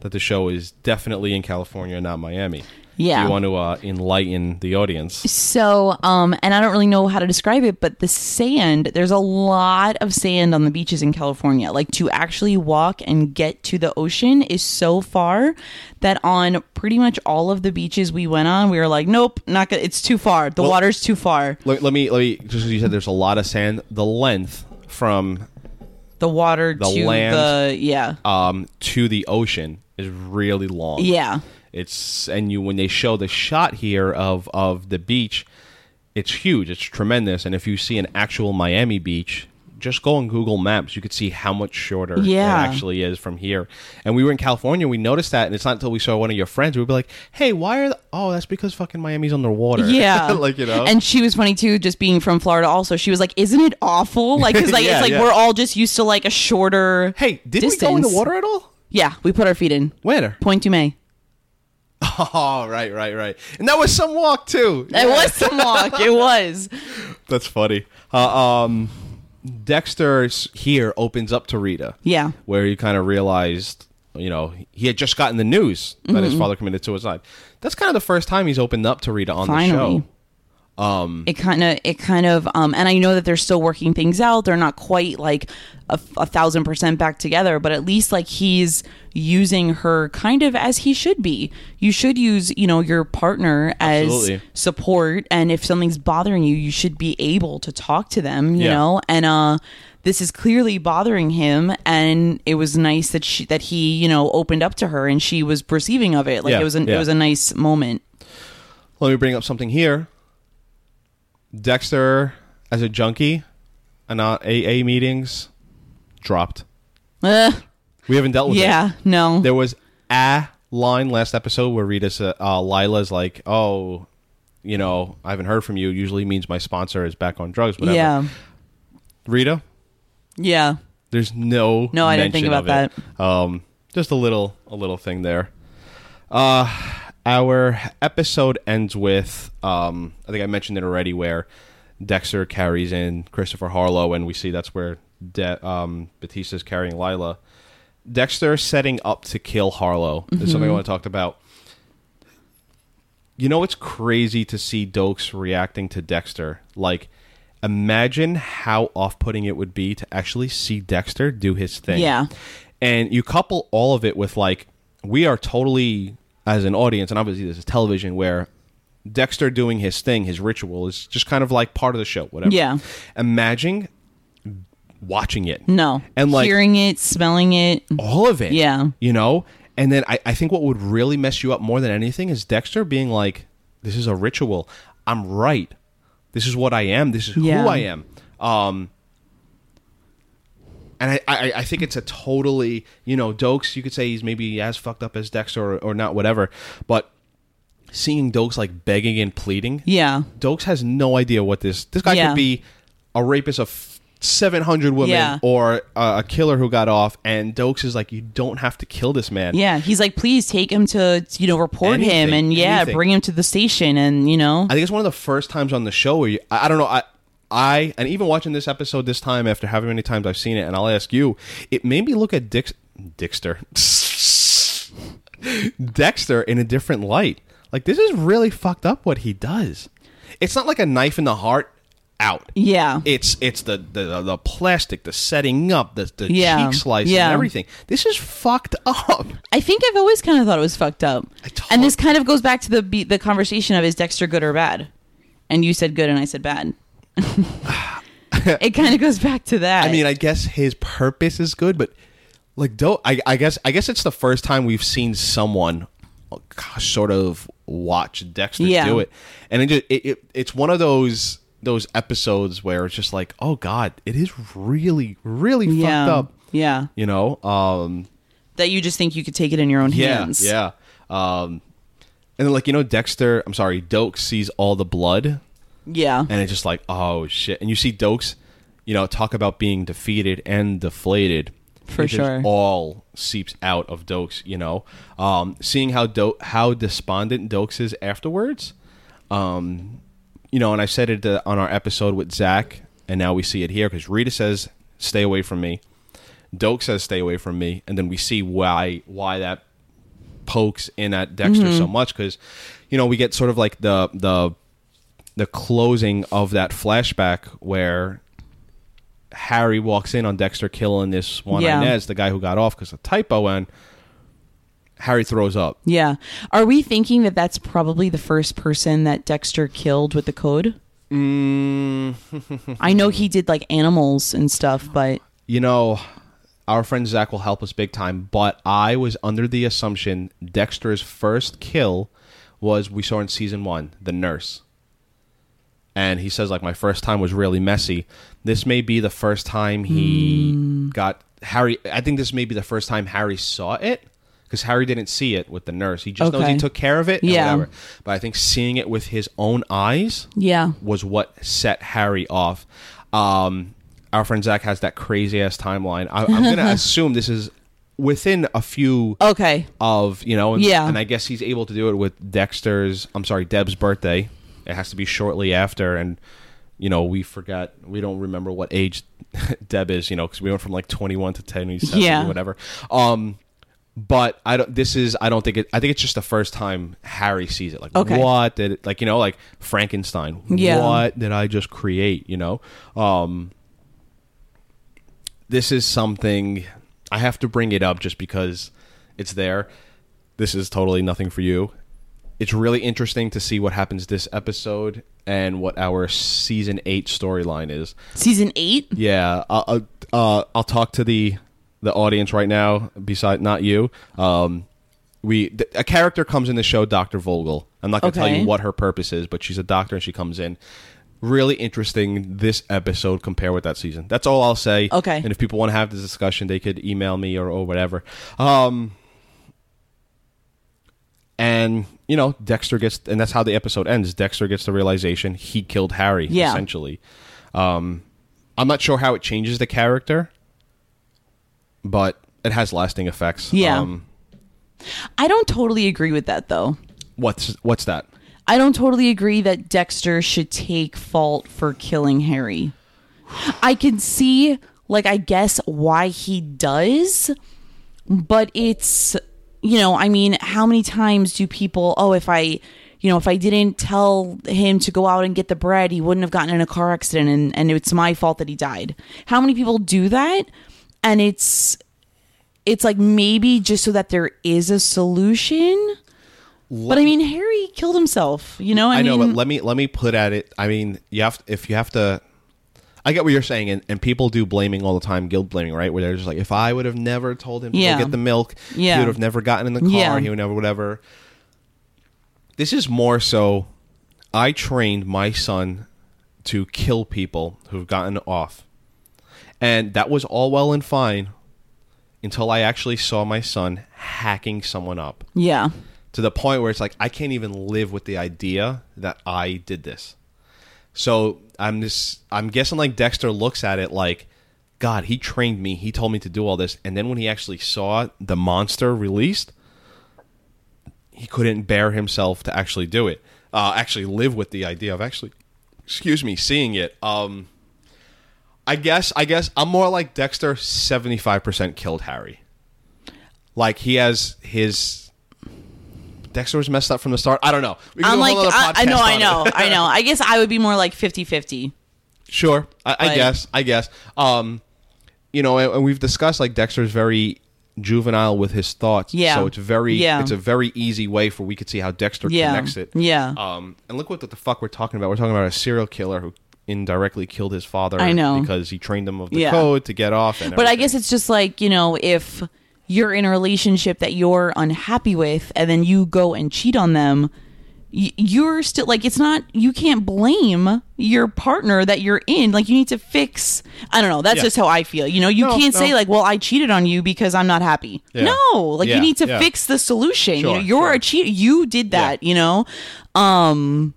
Speaker 3: that the show is definitely in California, not Miami.
Speaker 2: Yeah.
Speaker 3: Do you want to uh, enlighten the audience?
Speaker 2: So, um, and I don't really know how to describe it, but the sand, there's a lot of sand on the beaches in California. Like to actually walk and get to the ocean is so far that on pretty much all of the beaches we went on, we were like, nope, not gonna, it's too far. The water's too far.
Speaker 3: Let, let me let me just 'cause you said there's a lot of sand. The length from
Speaker 2: The water
Speaker 3: The
Speaker 2: to
Speaker 3: land.
Speaker 2: the, yeah.
Speaker 3: um to the ocean is really long.
Speaker 2: Yeah.
Speaker 3: It's and you when they show the shot here of of the beach, it's huge. It's tremendous. And if you see an actual Miami beach, just go on Google Maps. You could see how much shorter
Speaker 2: Yeah.
Speaker 3: it actually is from here. And we were in California. We noticed that, and it's not until we saw one of your friends we'd be like, "Hey, why are? The, oh, that's because fucking Miami's underwater."
Speaker 2: Yeah.
Speaker 3: like you know.
Speaker 2: And she was funny too, just being from Florida also. She was like, isn't it awful? Like, cause like,
Speaker 3: Yeah,
Speaker 2: it's like
Speaker 3: yeah.
Speaker 2: we're all just used to like a shorter.
Speaker 3: hey, did we go in the
Speaker 2: distance.
Speaker 3: water at all?
Speaker 2: Yeah. We put our feet in.
Speaker 3: Winter.
Speaker 2: Point to May.
Speaker 3: Oh, right, right, right. And that was some walk too.
Speaker 2: It was some walk. It was.
Speaker 3: That's funny. Uh, um, Dexter's here opens up to Rita.
Speaker 2: Yeah.
Speaker 3: Where he kind of realized, you know, he had just gotten the news that
Speaker 2: Mm-hmm.
Speaker 3: his father committed suicide. That's kind of the first time he's opened up to Rita on
Speaker 2: Finally.
Speaker 3: the show.
Speaker 2: It kind of, it kind of, um, and I know that they're still working things out. They're not quite like a, a thousand percent back together, but at least like he's using her kind of as he should be. You should use, you know, your partner as
Speaker 3: Absolutely.
Speaker 2: support. And if something's bothering you, you should be able to talk to them, you
Speaker 3: Yeah.
Speaker 2: know? And, uh, this is clearly bothering him and it was nice that she that he you know opened up to her and she was receiving of it like
Speaker 3: Yeah,
Speaker 2: it was an,
Speaker 3: yeah.
Speaker 2: it was a nice moment
Speaker 3: Let me bring up something here. Dexter, as a junkie, and on AA meetings, dropped.
Speaker 2: Uh,
Speaker 3: We haven't dealt with it.
Speaker 2: yeah, no.
Speaker 3: There was a line last episode where Rita, sa- uh, Lila's like, "Oh, you know, I haven't heard from you." Usually means my sponsor is back on drugs. Whatever.
Speaker 2: yeah.
Speaker 3: Rita,
Speaker 2: Yeah.
Speaker 3: there's no
Speaker 2: No, I didn't think
Speaker 3: mention
Speaker 2: about
Speaker 3: of it. Um, just a little, a little thing there. Uh, our episode ends with, um, I think I mentioned it already, where Dexter carries in Christopher Harlow, and we see that's where De- um, Batista's carrying Lila. Dexter setting up to kill Harlow is
Speaker 2: Mm-hmm.
Speaker 3: something I want to talk about. You know, it's crazy to see Dokes reacting to Dexter. Like, imagine how off putting it would be to actually see Dexter do his thing.
Speaker 2: Yeah.
Speaker 3: And you couple all of it with, like, we are totally, as an audience, and obviously this is television, where Dexter doing his thing, his ritual, is just kind of like part of the show, whatever.
Speaker 2: Yeah.
Speaker 3: Imagine watching it.
Speaker 2: No.
Speaker 3: And like
Speaker 2: hearing it, smelling it.
Speaker 3: all of it.
Speaker 2: Yeah.
Speaker 3: You know? And then I, I think what would really mess you up more than anything is Dexter being like, this is a ritual. I'm right. This is what I am. This is
Speaker 2: Yeah.
Speaker 3: who I am. Um, And I, I, I think it's a totally, you know, Dokes, you could say he's maybe as fucked up as Dexter or, or not, whatever. But seeing Dokes like begging and pleading,
Speaker 2: Yeah.
Speaker 3: Dokes has no idea what this. This guy
Speaker 2: Yeah.
Speaker 3: could be a rapist of 700 women
Speaker 2: Yeah.
Speaker 3: or uh, a killer who got off. And Dokes is like, you don't have to kill this man.
Speaker 2: Yeah, he's like, please take him to you know report him
Speaker 3: Anything,
Speaker 2: and yeah,
Speaker 3: anything.
Speaker 2: bring him to the station and you know
Speaker 3: I think it's one of the first times on the show where you, I, I don't know. I, I and even watching this episode this time after however many times I've seen it, and I'll ask you, it made me look at Dix, Dixter, Dexter in a different light. Like this is really fucked up what he does. It's not like a knife in the heart out.
Speaker 2: Yeah.
Speaker 3: It's it's the the, the, the plastic, the setting up, the, the
Speaker 2: Yeah.
Speaker 3: cheek slice,
Speaker 2: Yeah.
Speaker 3: and everything. This is fucked up.
Speaker 2: I think I've always kind of thought it was fucked up.
Speaker 3: I tot-
Speaker 2: and this kind of goes back to the be- the conversation of is Dexter good or bad? And you said good, and I said bad. it kind of goes back to that.
Speaker 3: I mean, I guess his purpose is good, but like, do I, I guess I guess it's the first time we've seen someone uh, sort of watch Dexter
Speaker 2: Yeah.
Speaker 3: do it, and it, just, it, it it's one of those those episodes where it's just like, oh god, it is really really
Speaker 2: yeah,
Speaker 3: fucked up,
Speaker 2: yeah,
Speaker 3: you know? Um,
Speaker 2: that you just think you could take it in your own
Speaker 3: yeah,
Speaker 2: hands.
Speaker 3: yeah. Um, and then like you know, Dexter, I'm sorry, Doak sees all the blood
Speaker 2: yeah,
Speaker 3: and it's just like oh shit and you see dokes you know talk about being defeated and deflated
Speaker 2: For
Speaker 3: It just
Speaker 2: sure.
Speaker 3: all seeps out of dokes you know um seeing how do- how despondent dokes is afterwards um you know and i said it uh, on our episode with zach and now we see it here because rita says stay away from me Doak says stay away from me and then we see why why that pokes in at dexter so much because you know we get sort of like the the the closing of that flashback where Harry walks in on Dexter killing this Juan
Speaker 2: Yeah.
Speaker 3: Inez, the guy who got off because of typo, and Harry throws up.
Speaker 2: yeah. Are we thinking that that's probably the first person that Dexter killed with the code? I know he did like animals and stuff, but
Speaker 3: You know, our friend Zach will help us big time, but I was under the assumption Dexter's first kill was we saw in season one, the nurse. And he says, like, my first time was really messy. This may be the first time he
Speaker 2: Hmm.
Speaker 3: got Harry. I think this may be the first time Harry saw it because Harry didn't see it with the nurse. He just knows
Speaker 2: Okay.
Speaker 3: he took care of it. and
Speaker 2: Yeah.
Speaker 3: whatever. But I think seeing it with his own eyes
Speaker 2: yeah,
Speaker 3: was what set Harry off. Um, our friend Zach has that crazy ass timeline. I, I'm going to assume this is within a few
Speaker 2: okay,
Speaker 3: of you know, and,
Speaker 2: Yeah.
Speaker 3: And I guess he's able to do it with Dexter's. I'm sorry, Deb's birthday. It has to be shortly after, and you know we forgot we don't remember what age Deb is. You know, because we went from like 21 to 10,
Speaker 2: Yeah.
Speaker 3: yeah, whatever. Um, but I don't. This is I don't think it. I think it's just the first time Harry sees it. Like
Speaker 2: Okay.
Speaker 3: what did it, like you know like Frankenstein.
Speaker 2: Yeah.
Speaker 3: What did I just create? You know. Um. This is something I have to bring it up just because it's there. This is totally nothing for you. It's really interesting to see what happens this episode and what our season eight storyline is.
Speaker 2: season eight.
Speaker 3: Yeah, I'll, uh, I'll talk to the the audience right now. Beside, not you. Um, we th- a character comes in the show, Doctor Vogel. I'm not going to tell
Speaker 2: Okay.
Speaker 3: you what her purpose is, but she's a doctor and she comes in. Really interesting this episode compare with that season. That's all I'll say.
Speaker 2: Okay.
Speaker 3: And if people want to have this discussion, they could email me or, or whatever. Um, and you know, Dexter gets, and that's how the episode ends. Dexter gets the realization he killed Harry.
Speaker 2: Yeah.
Speaker 3: Essentially. I'm not sure how it changes the character, but it has lasting effects. Um,
Speaker 2: Yeah. I don't totally agree with that though.
Speaker 3: what's what's that?
Speaker 2: I don't totally agree that Dexter should take fault for killing Harry. I can see, like, I guess why he does, but it's, you know, I mean, how many times do people, oh, if I, you know, if I didn't tell him to go out and get the bread, he wouldn't have gotten in a car accident and, and it's my fault that he died. How many people do that? And it's, it's like maybe just so that there is a solution. But I mean, Harry killed himself. You know, I,
Speaker 3: I, know,
Speaker 2: mean,
Speaker 3: but let me let me put at it. I mean, you have if you have to. I get what you're saying, and, and people do blaming all the time, guilt blaming, right? Where they're just like, if I would have never told him to
Speaker 2: Yeah.
Speaker 3: go get the milk,
Speaker 2: Yeah.
Speaker 3: he would have never gotten in the car,
Speaker 2: Yeah.
Speaker 3: he would never whatever. This is more so. I trained my son to kill people who've gotten off, And that was all well and fine until I actually saw my son hacking someone up
Speaker 2: Yeah.
Speaker 3: to the point where it's like I can't even live with the idea that I did this. So I'm just I'm guessing like Dexter looks at it like, God, he trained me, he told me to do all this, and then when he actually saw the monster released, he couldn't bear himself to actually do it. Uh, actually live with the idea of actually, excuse me, seeing it. Um, I guess I guess I'm more like Dexter. Seventy five percent killed Harry. Like he has his Dexter was messed up from the start. I don't know. We can
Speaker 2: I'm
Speaker 3: do a
Speaker 2: like,
Speaker 3: whole other
Speaker 2: I, I
Speaker 3: podcast
Speaker 2: know, I
Speaker 3: on
Speaker 2: know,
Speaker 3: it.
Speaker 2: I know. I guess I would be more like 50 50.
Speaker 3: Sure, I, I
Speaker 2: Like-
Speaker 3: guess. I guess. Um, you know, and, and we've discussed like Dexter's very juvenile with his thoughts.
Speaker 2: Yeah.
Speaker 3: So it's very.
Speaker 2: Yeah.
Speaker 3: It's a very easy way for we could see how Dexter
Speaker 2: Yeah.
Speaker 3: connects it.
Speaker 2: Yeah.
Speaker 3: Um, and look what the fuck we're talking about. We're talking about a serial killer who indirectly killed his father.
Speaker 2: I know.
Speaker 3: because he trained him of the
Speaker 2: Yeah.
Speaker 3: code to get off. And
Speaker 2: But I
Speaker 3: everything.
Speaker 2: guess it's just like, you know, if you're in a relationship that you're unhappy with and then you go and cheat on them, y- you're still like, it's not, you can't blame your partner that you're in. Like, you need to fix, I don't know. That's
Speaker 3: Yeah.
Speaker 2: just how I feel. You know, you
Speaker 3: No,
Speaker 2: can't say,
Speaker 3: no.
Speaker 2: like, well, I cheated on you because I'm not happy.
Speaker 3: Yeah.
Speaker 2: No, like,
Speaker 3: Yeah,
Speaker 2: you need to
Speaker 3: yeah.
Speaker 2: fix the solution.
Speaker 3: Sure,
Speaker 2: you know, you're
Speaker 3: sure.
Speaker 2: a cheat. You did that, you know? Um,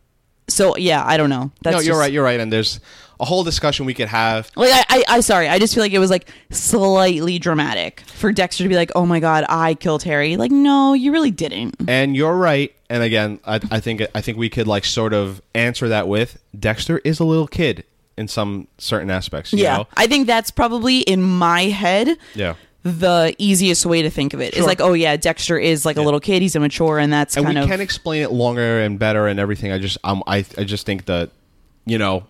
Speaker 2: so yeah, I don't know. That's
Speaker 3: no, you're
Speaker 2: just-
Speaker 3: right. You're right. And there's a whole discussion we could have.
Speaker 2: Like I, I, I sorry, I just feel like it was like slightly dramatic for Dexter to be like, "Oh my god, I killed Harry." Like, no, you really didn't.
Speaker 3: And you're right. And again, I, I think I think we could like sort of answer that with Dexter is a little kid in some certain aspects. You
Speaker 2: yeah,
Speaker 3: know?
Speaker 2: I think that's probably in my head.
Speaker 3: yeah.
Speaker 2: The easiest way to think of it is like, oh yeah, Dexter is like a little kid; he's immature, and that's
Speaker 3: And
Speaker 2: kind
Speaker 3: we
Speaker 2: of
Speaker 3: can explain it longer and better and everything. I just um I I just think that you know,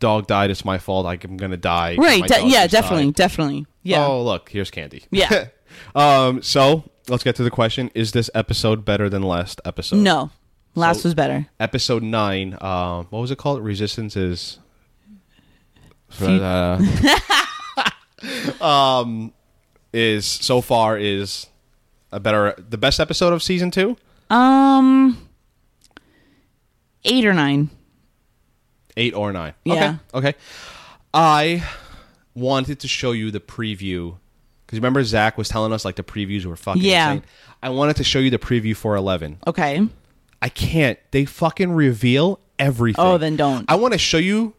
Speaker 3: dog died. It's my fault. Like, I'm gonna die.
Speaker 2: right.
Speaker 3: Oh My
Speaker 2: de-
Speaker 3: dog
Speaker 2: yeah,
Speaker 3: just
Speaker 2: definitely,
Speaker 3: died.
Speaker 2: definitely. Yeah,
Speaker 3: Oh look, here's candy.
Speaker 2: yeah.
Speaker 3: Um. So let's get to the question: Is this episode better than last episode?
Speaker 2: No, last
Speaker 3: So-
Speaker 2: was better.
Speaker 3: episode nine. Um, what was it called? Resistance is. um, is so far is a better the best episode of season two.
Speaker 2: Um, eight or nine.
Speaker 3: Eight or nine.
Speaker 2: Yeah.
Speaker 3: Okay. Okay. I wanted to show you the preview because remember Zach was telling us like the previews were fucking
Speaker 2: Yeah.
Speaker 3: insane. I wanted to show you the preview for eleven.
Speaker 2: Okay.
Speaker 3: I can't. They fucking reveal everything.
Speaker 2: Oh, then don't.
Speaker 3: I want to show you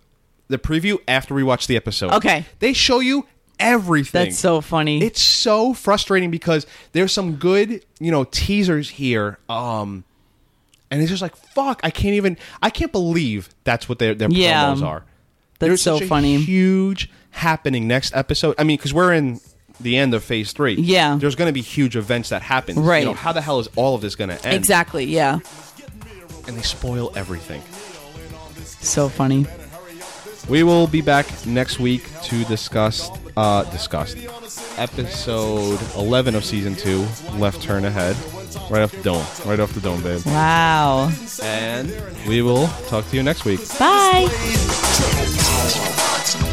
Speaker 3: the preview after we watch the episode.
Speaker 2: Okay.
Speaker 3: They show you everything.
Speaker 2: That's so funny.
Speaker 3: It's so frustrating because there's some good, you know, teasers here. Um and it's just like fuck, I can't even I can't believe that's what their their
Speaker 2: Yeah.
Speaker 3: promos are.
Speaker 2: That's
Speaker 3: there's
Speaker 2: so
Speaker 3: such a
Speaker 2: funny.
Speaker 3: huge happening next episode. I mean, cuz we're in the end of phase 3.
Speaker 2: Yeah.
Speaker 3: There's going to be huge events that happen. You
Speaker 2: Right.
Speaker 3: know, how the hell is all of this going to end?
Speaker 2: exactly. Yeah,
Speaker 3: and they spoil everything.
Speaker 2: so funny.
Speaker 3: We will be back next week to discuss uh discuss episode 11 of season 2, Left Turn Ahead, right off the dome, right off the dome, babe.
Speaker 2: Wow.
Speaker 3: And we will talk to you next week.
Speaker 2: Bye.
Speaker 8: It's